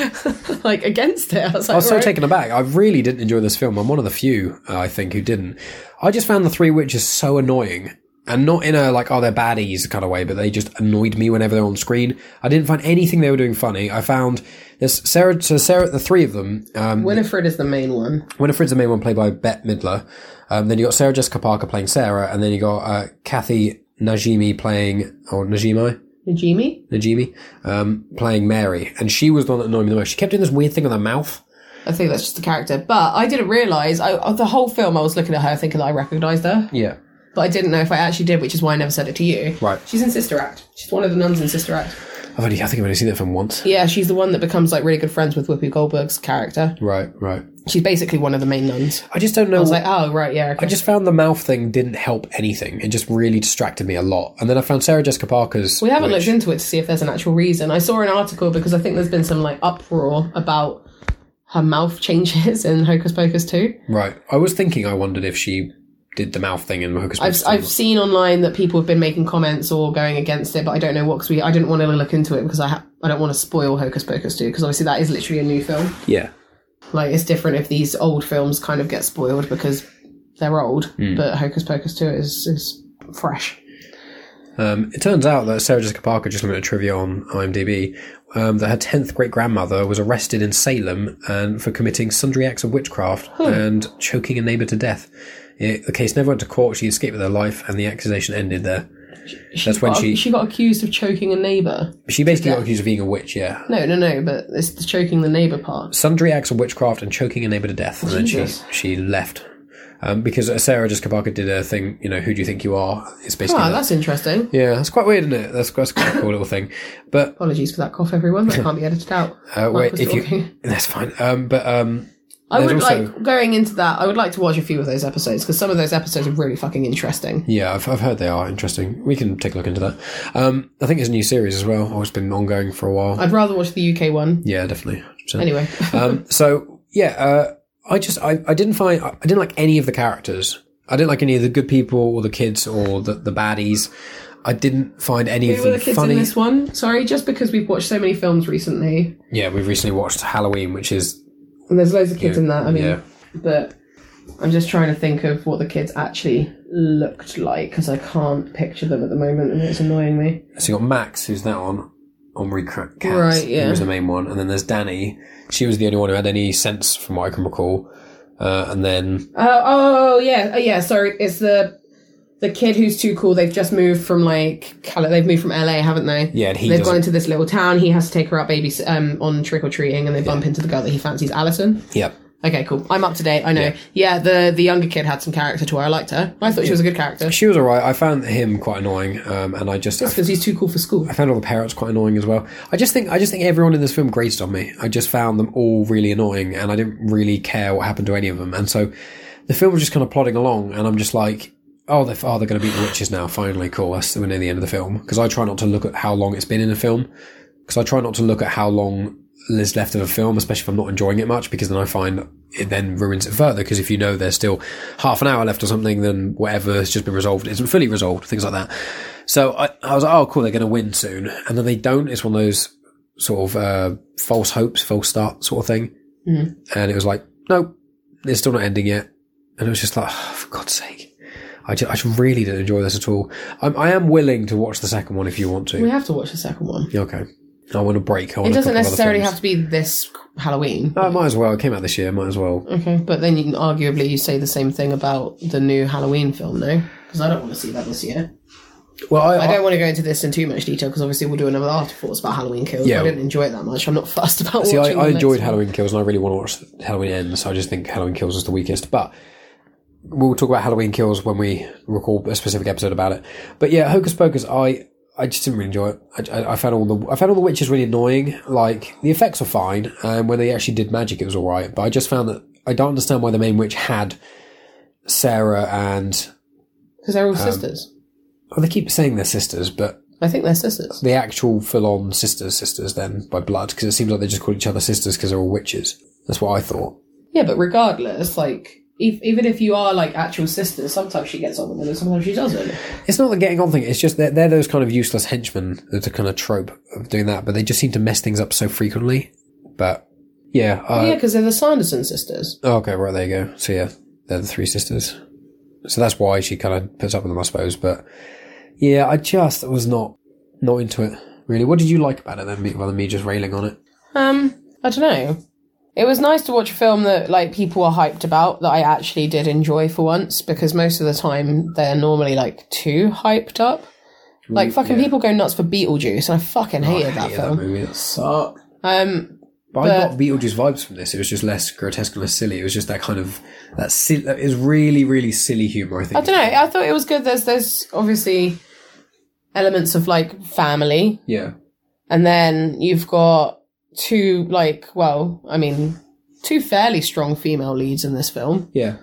Speaker 6: like against it, I was like,
Speaker 2: I was so
Speaker 6: "Right."
Speaker 2: taken aback. I really didn't enjoy this film. I'm one of the few, uh, I think, who didn't. I just found the Three Witches so annoying. And not in a like, oh, they're baddies kind of way, but they just annoyed me whenever they're on screen. I didn't find anything they were doing funny. I found this Sarah, so Sarah, the three of them, um,
Speaker 6: Winifred is the main one.
Speaker 2: Winifred's the main one played by Bette Midler. Um, then you got Sarah Jessica Parker playing Sarah, and then you got uh, Kathy Najimy playing or Najimi.
Speaker 6: Najimi?
Speaker 2: Najimi um, playing Mary, and she was the one that annoyed me the most. She kept doing this weird thing with her mouth.
Speaker 6: I think that's just the character. But I didn't realise, I, uh, the whole film I was looking at her thinking that I recognised her.
Speaker 2: Yeah,
Speaker 6: But I didn't know if I actually did, which is why I never said it to you.
Speaker 2: Right.
Speaker 6: She's in Sister Act. She's one of the nuns in Sister Act.
Speaker 2: I've only I think I've only seen that film once.
Speaker 6: Yeah, she's the one that becomes like really good friends with Whoopi Goldberg's character.
Speaker 2: Right, right.
Speaker 6: She's basically one of the main nuns.
Speaker 2: I just don't know.
Speaker 6: I was like, oh right, yeah. Okay.
Speaker 2: I just found the mouth thing didn't help anything. It just really distracted me a lot. And then I found Sarah Jessica Parker's.
Speaker 6: we haven't
Speaker 2: witch.
Speaker 6: looked into it to see if there's an actual reason. I saw an article because I think there's been some like uproar about her mouth [laughs] changes in Hocus Pocus 2.
Speaker 2: Right. I was thinking. I wondered if she did the mouth thing in Hocus
Speaker 6: I've
Speaker 2: Pocus.
Speaker 6: I've seen online that people have been making comments or going against it, but I don't know what because we I didn't want to look into it because I ha- I don't want to spoil Hocus Pocus 2 because obviously that is literally a new film.
Speaker 7: Yeah.
Speaker 6: Like it's different if these old films kind of get spoiled because they're old,
Speaker 2: Hmm.
Speaker 6: but Hocus Pocus 2 is is fresh.
Speaker 2: Um, it turns out that Sarah Jessica Parker, just looking at trivia on IMDb, um, that her tenth great grandmother was arrested in Salem and for committing sundry acts of witchcraft and choking a neighbour to death. It, the case never went to court. She escaped with her life, and the accusation ended there. That's when
Speaker 6: got,
Speaker 2: she-
Speaker 6: she got accused of choking a neighbor.
Speaker 2: She basically got accused of being a witch. Yeah,
Speaker 6: No, no, no, but it's the choking the neighbor part.
Speaker 2: sundry acts of witchcraft and choking a neighbour to death, and then she
Speaker 6: Jesus.
Speaker 2: she left. Um, because Sarah Jessica Parker did a thing, you know, who do you think you are? It's basically
Speaker 6: Ah,
Speaker 2: that.
Speaker 6: that's interesting.
Speaker 2: yeah, that's quite weird, isn't it? That's, that's quite a cool little thing. But
Speaker 6: Apologies for that cough,
Speaker 2: [laughs]
Speaker 6: everyone. That can't be edited out.
Speaker 2: Uh,
Speaker 6: Mark
Speaker 2: wait,
Speaker 6: was
Speaker 2: if you
Speaker 6: talking.
Speaker 2: that's fine. Um, but um,
Speaker 6: I
Speaker 2: there's
Speaker 6: would
Speaker 2: also-
Speaker 6: like going into that. I would like to watch a few of those episodes because some of those episodes are really fucking interesting.
Speaker 2: yeah, I've, I've heard they are interesting. We can take a look into that. Um, I think it's a new series as well. Oh, it's been ongoing for a while.
Speaker 6: I'd rather watch the UK one.
Speaker 2: yeah, definitely. 100%.
Speaker 6: Anyway, [laughs]
Speaker 2: um,
Speaker 6: Mm-hmm.
Speaker 2: so yeah, uh, I just I, I didn't find I didn't like any of the characters. I didn't like any of the good people or the kids or the the baddies. I didn't find any
Speaker 6: who
Speaker 2: of
Speaker 6: were
Speaker 2: them
Speaker 6: the kids
Speaker 2: funny.
Speaker 6: in this one? Sorry, just because we've watched so many films recently,
Speaker 2: Yeah, we've recently watched Halloween, which is
Speaker 6: and there's loads of kids
Speaker 2: Yeah,
Speaker 6: in that. I mean,
Speaker 2: yeah.
Speaker 6: but I'm just trying to think of what the kids actually looked like because I can't picture them at the moment, and it's annoying me.
Speaker 2: So you got Max, who's that on Omri Cats,
Speaker 6: Right, yeah.
Speaker 2: who was the main one, and then there's Danny. She was the only one who had any sense, from what I can recall. Uh, and then
Speaker 6: Uh, oh yeah, oh, yeah. Sorry, it's the the kid who's too cool. They've just moved from like Cali- they've moved from LA, haven't they?
Speaker 2: yeah, and he
Speaker 6: they've gone
Speaker 2: doesn't.
Speaker 6: into this little town. He has to take her out baby um, on trick or treating, and they bump into the girl that he fancies, Allison.
Speaker 2: Yep.
Speaker 6: Okay, cool. I'm up to date. I know. Yeah, the the younger kid had some character to her. I liked her. I thought she was a good character.
Speaker 2: She was alright. I found him quite annoying, um, and I just
Speaker 6: Just because he's too cool for school.
Speaker 2: I found all the parrots quite annoying as well. I just think I just think everyone in this film grated on me. I just found them all really annoying, and I didn't really care what happened to any of them. And so the film was just kind of plodding along, and I'm just like, oh, they're, oh, they're going to beat the witches now. Finally, cool. That's we're near the end of the film because I try not to look at how long it's been in a film because I try not to look at how long is left of a film, especially if I'm not enjoying it much, because then I find it then ruins it further. Because if you know there's still half an hour left or something, then whatever has just been resolved isn't fully resolved, things like that. So I, I was like, oh, cool, they're going to win soon. And then they don't. It's one of those sort of uh, false hopes, false start sort of thing.
Speaker 6: Mm-hmm.
Speaker 2: And it was like, nope, it's still not ending yet. And it was just like, oh, for God's sake. I, ju- I just really didn't enjoy this at all. I'm, I am willing to watch the second one if you want to.
Speaker 6: We have to watch the second one.
Speaker 2: Yeah, Okay. I want a break. I want
Speaker 6: It
Speaker 2: a couple of
Speaker 6: doesn't
Speaker 2: other
Speaker 6: necessarily
Speaker 2: films.
Speaker 6: have to be this Halloween.
Speaker 2: Oh, might as well. It came out this year. Might as well.
Speaker 6: Okay, but then you can arguably you say the same thing about the new Halloween film, no? Because I don't want to see that this year.
Speaker 2: Well, I,
Speaker 6: I don't want to go into this in too much detail because obviously we'll do another afterthoughts about Halloween Kills.
Speaker 2: Yeah.
Speaker 6: I didn't enjoy it that much. I'm not [laughs] fussed about
Speaker 2: see. I,
Speaker 6: watching.
Speaker 2: I
Speaker 6: the next
Speaker 2: enjoyed
Speaker 6: one.
Speaker 2: Halloween Kills, and I really want to watch Halloween Ends. I just think Halloween Kills is the weakest. But we'll talk about Halloween Kills when we record a specific episode about it. But yeah, Hocus Pocus. I I just didn't really enjoy it. I, I, I found all the I found all the witches really annoying. Like the effects are fine, and when they actually did magic, it was all right. But I just found that I don't understand why the main witch had Sarah and. Um,
Speaker 6: because they're all sisters.
Speaker 2: Well, they keep saying they're sisters, but
Speaker 6: I think they're sisters.
Speaker 2: the actual full-on sisters, sisters then by blood, because it seems like they just call each other sisters because they're all witches. That's what I thought.
Speaker 6: Yeah, but regardless, like if, even if you are like actual sisters, sometimes she gets on with them, and sometimes she doesn't.
Speaker 2: It's not the getting on thing. It's just they're, they're those kind of useless henchmen. That's a kind of trope of doing that, but they just seem to mess things up so frequently. But yeah,
Speaker 6: Oh
Speaker 2: uh,
Speaker 6: yeah, because they're the Sanderson sisters.
Speaker 2: okay, right there you go. So yeah, they're the three sisters. So that's why she kind of puts up with them, I suppose. But yeah, I just was not not into it really. What did you like about it then? me- Rather than me just railing on it.
Speaker 6: Um, I don't know. It was nice to watch a film that like people are hyped about that I actually did enjoy for once because most of the time they're normally like too hyped up. Like fucking people go nuts for Beetlejuice, and I fucking hated
Speaker 2: Oh, I
Speaker 6: that
Speaker 2: hated
Speaker 6: film.
Speaker 2: that movie. That sucked.
Speaker 6: um,
Speaker 2: But, I got Beetlejuice vibes from this. It was just less grotesque and less silly. It was just that kind of that silly. It was really, really silly humor. I think.
Speaker 6: I don't know. I thought it was good. There's there's obviously elements of like family
Speaker 2: Yeah,
Speaker 6: And then you've got two, like, well, I mean, two fairly strong female leads in this film.
Speaker 2: yeah.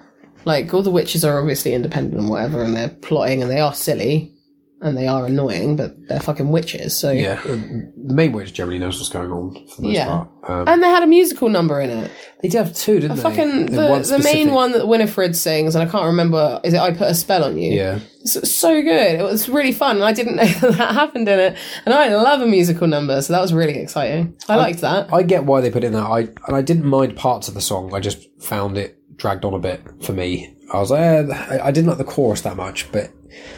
Speaker 6: Like, all the witches are obviously independent and whatever, and they're plotting and they are silly. and they are annoying, but they're fucking witches. So
Speaker 2: Yeah, um, the main witch generally knows what's going on for the most
Speaker 6: Yeah.
Speaker 2: part. Um,
Speaker 6: And they had a musical number in it.
Speaker 2: they did have two, didn't
Speaker 6: The
Speaker 2: they?
Speaker 6: fucking
Speaker 2: They
Speaker 6: the,
Speaker 2: had one
Speaker 6: the
Speaker 2: specific-
Speaker 6: main one that Winifred sings, and I can't remember. Is it I put a spell on you?
Speaker 2: Yeah,
Speaker 6: It's so good. It was really fun. and I didn't [laughs] know that, that happened in it, and I love a musical number, so that was really exciting. I, liked that.
Speaker 2: I get why they put it in that. I and I didn't mind parts of the song. I just found it dragged on a bit for me. I was like, eh, I I didn't like the chorus that much, but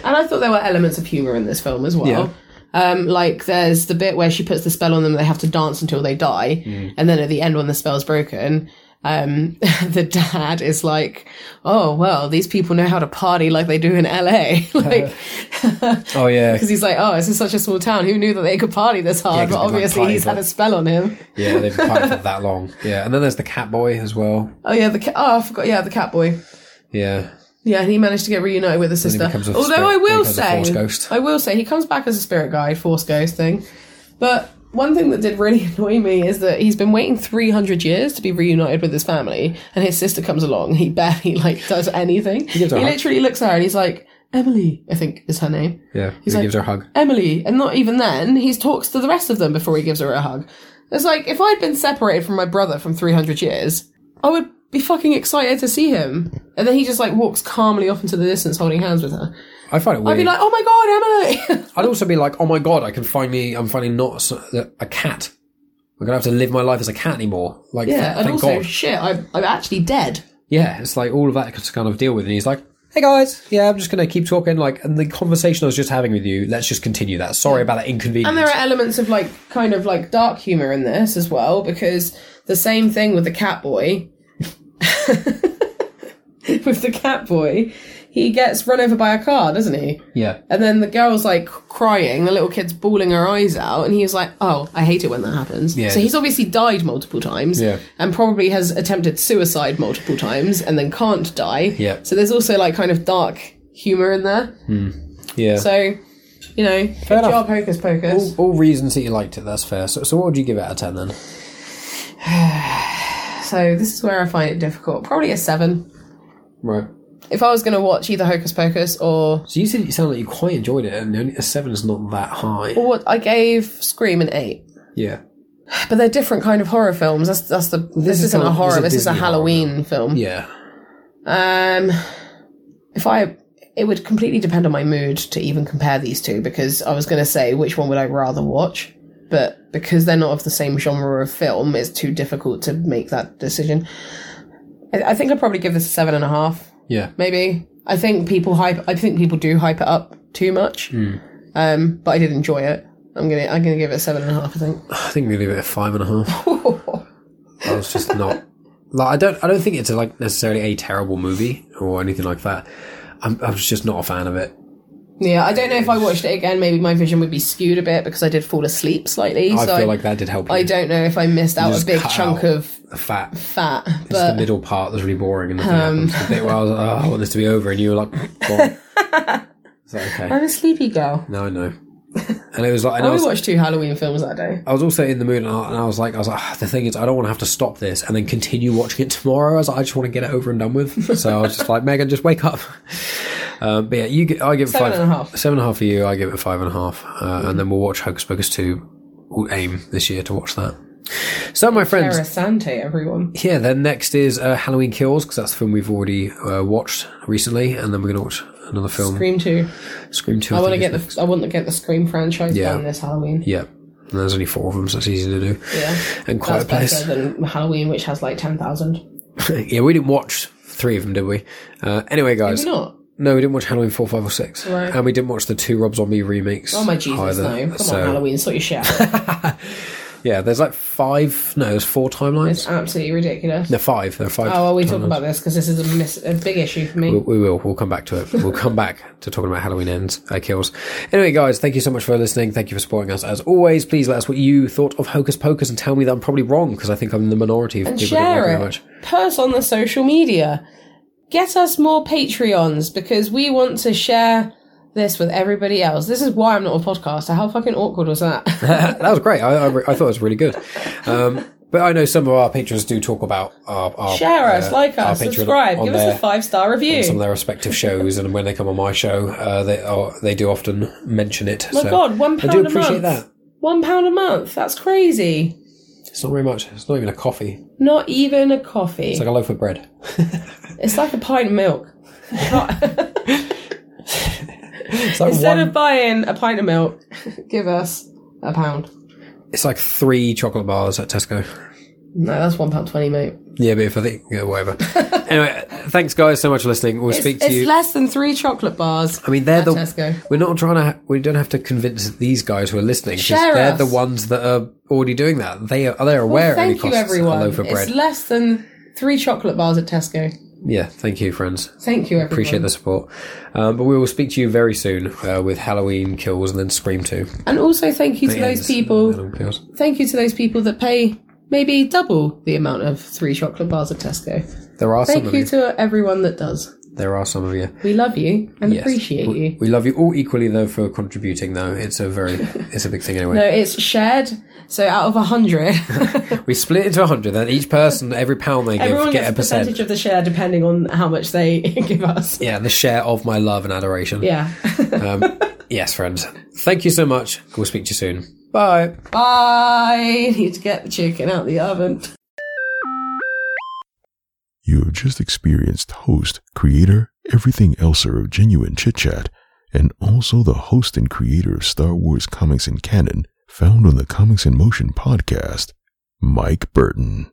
Speaker 6: And I thought there were elements of humour in this film as well.
Speaker 2: Yeah.
Speaker 6: Um, like there's the bit where she puts the spell on them, they have to dance until they die,
Speaker 2: Mm.
Speaker 6: and then at the end when the spell's broken, um, [laughs] the dad is like, "Oh well, these people know how to party like they do in LA." [laughs]
Speaker 2: [laughs]
Speaker 6: like,
Speaker 2: oh [laughs] yeah,
Speaker 6: because he's like, "Oh, this is such a small town. Who knew that they could party this
Speaker 2: Yeah,
Speaker 6: hard?"
Speaker 2: 'cause
Speaker 6: but
Speaker 2: they've, like,
Speaker 6: obviously,
Speaker 2: party
Speaker 6: he's
Speaker 2: for-
Speaker 6: had a spell on him.
Speaker 2: yeah, they've been playing for that long. Yeah, and then there's the cat boy as well.
Speaker 6: Oh yeah, the ca- oh I forgot. Yeah, the cat boy.
Speaker 2: Yeah,
Speaker 6: Yeah, and he managed to get reunited with his
Speaker 2: he
Speaker 6: sister.
Speaker 2: becomes a
Speaker 6: Although
Speaker 2: spirit-
Speaker 6: I
Speaker 2: he
Speaker 6: will
Speaker 2: becomes a
Speaker 6: say,
Speaker 2: force ghost.
Speaker 6: I will say, he comes back as a spirit guide, force ghost thing. But one thing that did really [laughs] annoy me is that he's been waiting 300 years to be reunited with his family, and his sister comes along. He barely [laughs] like does anything. He,
Speaker 2: gives her a hug.
Speaker 6: literally looks at her and he's like, "Emily," I think is her name.
Speaker 2: yeah.
Speaker 6: He's
Speaker 2: he
Speaker 6: like-
Speaker 2: gives her a hug.
Speaker 6: Emily, and not even then, he talks to the rest of them before he gives her a hug. It's like if I'd been separated from my brother from 300 years, I would be fucking excited to see him. And then he just like walks calmly off into the distance holding hands with her.
Speaker 2: I find it weird.
Speaker 6: I'd be like, oh my god, Emily! [laughs]
Speaker 2: I'd also be like, oh my god, I can finally, I'm finally not s- a, a cat. I'm gonna have to live my life as a cat anymore. Like, th-
Speaker 6: yeah, and
Speaker 2: thank
Speaker 6: also,
Speaker 2: God.
Speaker 6: shit, I'm, I'm actually dead.
Speaker 2: Yeah, it's like all of that to kind of deal with. And he's like, hey guys, yeah, I'm just gonna keep talking. Like, and the conversation I was just having with you, let's just continue that. Sorry about that inconvenience.
Speaker 6: And there are elements of like kind of like dark humor in this as well because the same thing with the cat boy. [laughs] with the cat boy, he gets run over by a car, doesn't he?
Speaker 2: yeah,
Speaker 6: And then the girl's like crying, the little kid's bawling her eyes out, and he's like, "Oh, I hate it when that happens."
Speaker 2: Yeah.
Speaker 6: So he's obviously died multiple times,
Speaker 2: Yeah.
Speaker 6: and probably has attempted suicide multiple times, and then can't die.
Speaker 2: Yeah.
Speaker 6: So there's also like kind of dark humor in there.
Speaker 2: yeah.
Speaker 6: So, you know, good
Speaker 2: enough.
Speaker 6: job, Hocus Pocus.
Speaker 2: all, all reasons that you liked it, that's fair. So, so what would you give it out of 10 then?
Speaker 6: So this is where I find it difficult. Probably a seven.
Speaker 2: Right.
Speaker 6: If I was going to watch either Hocus Pocus or
Speaker 2: So you said you sound like you quite enjoyed it, and only- a 7 is not that high.
Speaker 6: or what I gave Scream an eight.
Speaker 2: Yeah.
Speaker 6: But they're different kind of horror films. That's that's the. This,
Speaker 2: is
Speaker 6: isn't
Speaker 2: kind
Speaker 6: a
Speaker 2: of- this
Speaker 6: horror.
Speaker 2: is a
Speaker 6: This is a
Speaker 2: Disney horror
Speaker 6: Halloween film.
Speaker 2: Yeah.
Speaker 6: Um, if I, it would completely depend on my mood to even compare these two because I was going to say which one would I rather watch, but because they're not of the same genre of film, it's too difficult to make that decision. I, I think I'd probably give this a seven and a half,
Speaker 2: Yeah.
Speaker 6: maybe. I think people hype. I think people do hype it up too much.
Speaker 2: Hmm.
Speaker 6: Um, but I did enjoy it. I'm gonna I'm gonna give it a seven and a half. I think. [laughs]
Speaker 2: I think we leave it at five and a half. I was just
Speaker 6: [laughs]
Speaker 2: not like I don't I don't think it's like necessarily a terrible movie or anything like that. I'm I was just not a fan of it.
Speaker 6: Yeah, I don't know if I watched it again. Maybe my vision would be skewed a bit because I did fall asleep slightly.
Speaker 2: I
Speaker 6: so
Speaker 2: feel like that did help. You.
Speaker 6: I don't know if I missed out a
Speaker 2: just
Speaker 6: big
Speaker 2: cut
Speaker 6: chunk
Speaker 2: out
Speaker 6: of
Speaker 2: the fat. It's
Speaker 6: fat,
Speaker 2: the
Speaker 6: but Um.
Speaker 2: middle part that's really boring and nothing happens. The bit where I was like, oh, I want this to be over, and you were like,
Speaker 6: [laughs]
Speaker 2: "Well." it's like okay,
Speaker 6: I'm a sleepy girl.
Speaker 2: no, I know. And it was like, and
Speaker 6: I
Speaker 2: I was,
Speaker 6: only watched two Halloween films that day.
Speaker 2: I was also in the mood, and I, and I was like, I was like, "Ah, the thing is, I don't want to have to stop this and then continue watching it tomorrow. I was like, I just want to get it over and done
Speaker 6: [laughs]
Speaker 2: with. So I was just like, Megan, just wake up. Um, but yeah, you, gi- I give it
Speaker 6: Seven
Speaker 2: five
Speaker 6: and a half. Mm-hmm.
Speaker 2: seven and a half for you. I give it five and a half, uh, and then we'll watch Hocus Pocus two. We'll aim this year to watch that. So my friends,
Speaker 6: Sante, everyone.
Speaker 2: yeah, then next is uh, Halloween Kills because that's the film we've already uh, watched recently, and then we're gonna watch another film, Scream,
Speaker 6: Scream two.
Speaker 2: two.
Speaker 6: I want to
Speaker 2: think
Speaker 6: get
Speaker 2: is next.
Speaker 6: the I want to get the Scream franchise
Speaker 2: Yeah.
Speaker 6: done this Halloween.
Speaker 2: yeah. And there's only four of them, so it's easy to do.
Speaker 6: Yeah.
Speaker 2: And quite
Speaker 6: That's
Speaker 2: a place.
Speaker 6: better than Halloween, which has like ten thousand.
Speaker 2: [laughs] yeah, we didn't watch three of them, did we? Uh, anyway, guys,
Speaker 6: Maybe not.
Speaker 2: no, we didn't watch Halloween four, five, or six,
Speaker 6: Right.
Speaker 2: and we didn't watch the two Rob Zombie remakes.
Speaker 6: Oh my Jesus,
Speaker 2: either.
Speaker 6: no! Come
Speaker 2: So,
Speaker 6: on, Halloween, sort your shit.
Speaker 2: [laughs]
Speaker 6: out.
Speaker 2: Yeah, there's like five. No, there's four timelines.
Speaker 6: It's absolutely ridiculous.
Speaker 2: No, five. There are five.
Speaker 6: Oh, well, we talk
Speaker 2: timelines.
Speaker 6: about this because this is a, mis- a big issue for me.
Speaker 2: We, we will. We'll come back to it. We'll come back to talking about Halloween ends, uh, kills. Anyway, guys, thank you so much for listening. Thank you for supporting us as always. Please let us what you thought of Hocus Pocus and tell me that I'm probably wrong because I think I'm in the minority of
Speaker 6: and
Speaker 2: people that
Speaker 6: share
Speaker 2: like
Speaker 6: it.
Speaker 2: it much. [laughs]
Speaker 6: Put us on the social media. Get us more Patreons because we want to share this with everybody else. This is
Speaker 2: [laughs]
Speaker 6: why I'm not a podcaster. How fucking awkward was that?
Speaker 2: that was great. I, I, re- I thought it was really good. Um, But I know some of our patrons do talk about our, our
Speaker 6: Share us,
Speaker 2: uh,
Speaker 6: like
Speaker 2: our
Speaker 6: us,
Speaker 2: Patreon
Speaker 6: subscribe,
Speaker 2: on
Speaker 6: give us
Speaker 2: their-
Speaker 6: a five star
Speaker 2: on some of
Speaker 6: review.
Speaker 2: their respective shows, and when they come on my show, uh, they are, they do often mention it.
Speaker 6: My
Speaker 2: so
Speaker 6: Oh God, one
Speaker 2: I do
Speaker 6: pound a
Speaker 2: appreciate
Speaker 6: month.
Speaker 2: that.
Speaker 6: One pound a month. That's crazy.
Speaker 2: It's not very much. It's not even a coffee.
Speaker 6: Not even a coffee.
Speaker 2: It's like a loaf of bread.
Speaker 6: It's like a pint
Speaker 2: [laughs]
Speaker 6: of milk.
Speaker 2: It's like
Speaker 6: Instead
Speaker 2: one.
Speaker 6: of buying a pint of milk, [laughs] give us a pound.
Speaker 2: it's like three chocolate bars at Tesco.
Speaker 6: No, that's one pound twenty, mate.
Speaker 2: Yeah, but if I think yeah,
Speaker 6: [laughs]
Speaker 2: whatever. anyway, thanks guys so much for listening. We'll speak
Speaker 6: It's,
Speaker 2: to
Speaker 6: it's
Speaker 2: you.
Speaker 6: less than three chocolate bars.
Speaker 2: I mean, they're
Speaker 6: at
Speaker 2: the.
Speaker 6: Tesco.
Speaker 2: We're not trying to. Ha- we don't have to convince these guys who are listening. 'cause
Speaker 6: Share
Speaker 2: they're
Speaker 6: us.
Speaker 2: the ones that are already doing that. They are. They're
Speaker 6: Well,
Speaker 2: aware.
Speaker 6: thank
Speaker 2: it
Speaker 6: you,
Speaker 2: costs
Speaker 6: everyone.
Speaker 2: A loaf of bread.
Speaker 6: It's less than three chocolate bars at Tesco.
Speaker 2: yeah. Thank you, friends.
Speaker 6: Thank you, everyone.
Speaker 2: Appreciate the support. Um, but we will speak to you very soon uh, with Halloween kills and then Scream Two.
Speaker 6: And also thank you to
Speaker 2: Yeah,
Speaker 6: those
Speaker 2: it's-
Speaker 6: people.
Speaker 2: Halloween Kills.
Speaker 6: Thank you to those people that pay maybe double the amount of three chocolate bars at Tesco.
Speaker 2: There are some
Speaker 6: Thank
Speaker 2: of
Speaker 6: you
Speaker 2: you.
Speaker 6: to everyone that does.
Speaker 2: There are some of you.
Speaker 6: We love you and
Speaker 2: Yes.
Speaker 6: appreciate
Speaker 2: We-
Speaker 6: you.
Speaker 2: We love you all equally though for contributing though. It's a very it's a big thing anyway.
Speaker 6: [laughs] No, it's shared. So out of a hundred,
Speaker 2: [laughs] We split it into a hundred, then each person, every pound they give,
Speaker 6: [laughs] everyone
Speaker 2: get
Speaker 6: gets
Speaker 2: a
Speaker 6: a
Speaker 2: percent.
Speaker 6: percentage of the share depending on how much they [laughs] give us.
Speaker 2: yeah, the share of my love and adoration.
Speaker 6: Yeah. [laughs]
Speaker 2: Um, yes, friends. Thank you so much. We'll speak to you soon. Bye.
Speaker 6: Bye. [laughs] Need to get the chicken out the oven.
Speaker 1: You have just experienced host, creator, everything elser of genuine chit chat, and also the host and creator of Star Wars comics and canon, found on the Comics in Motion podcast, Mike Burton.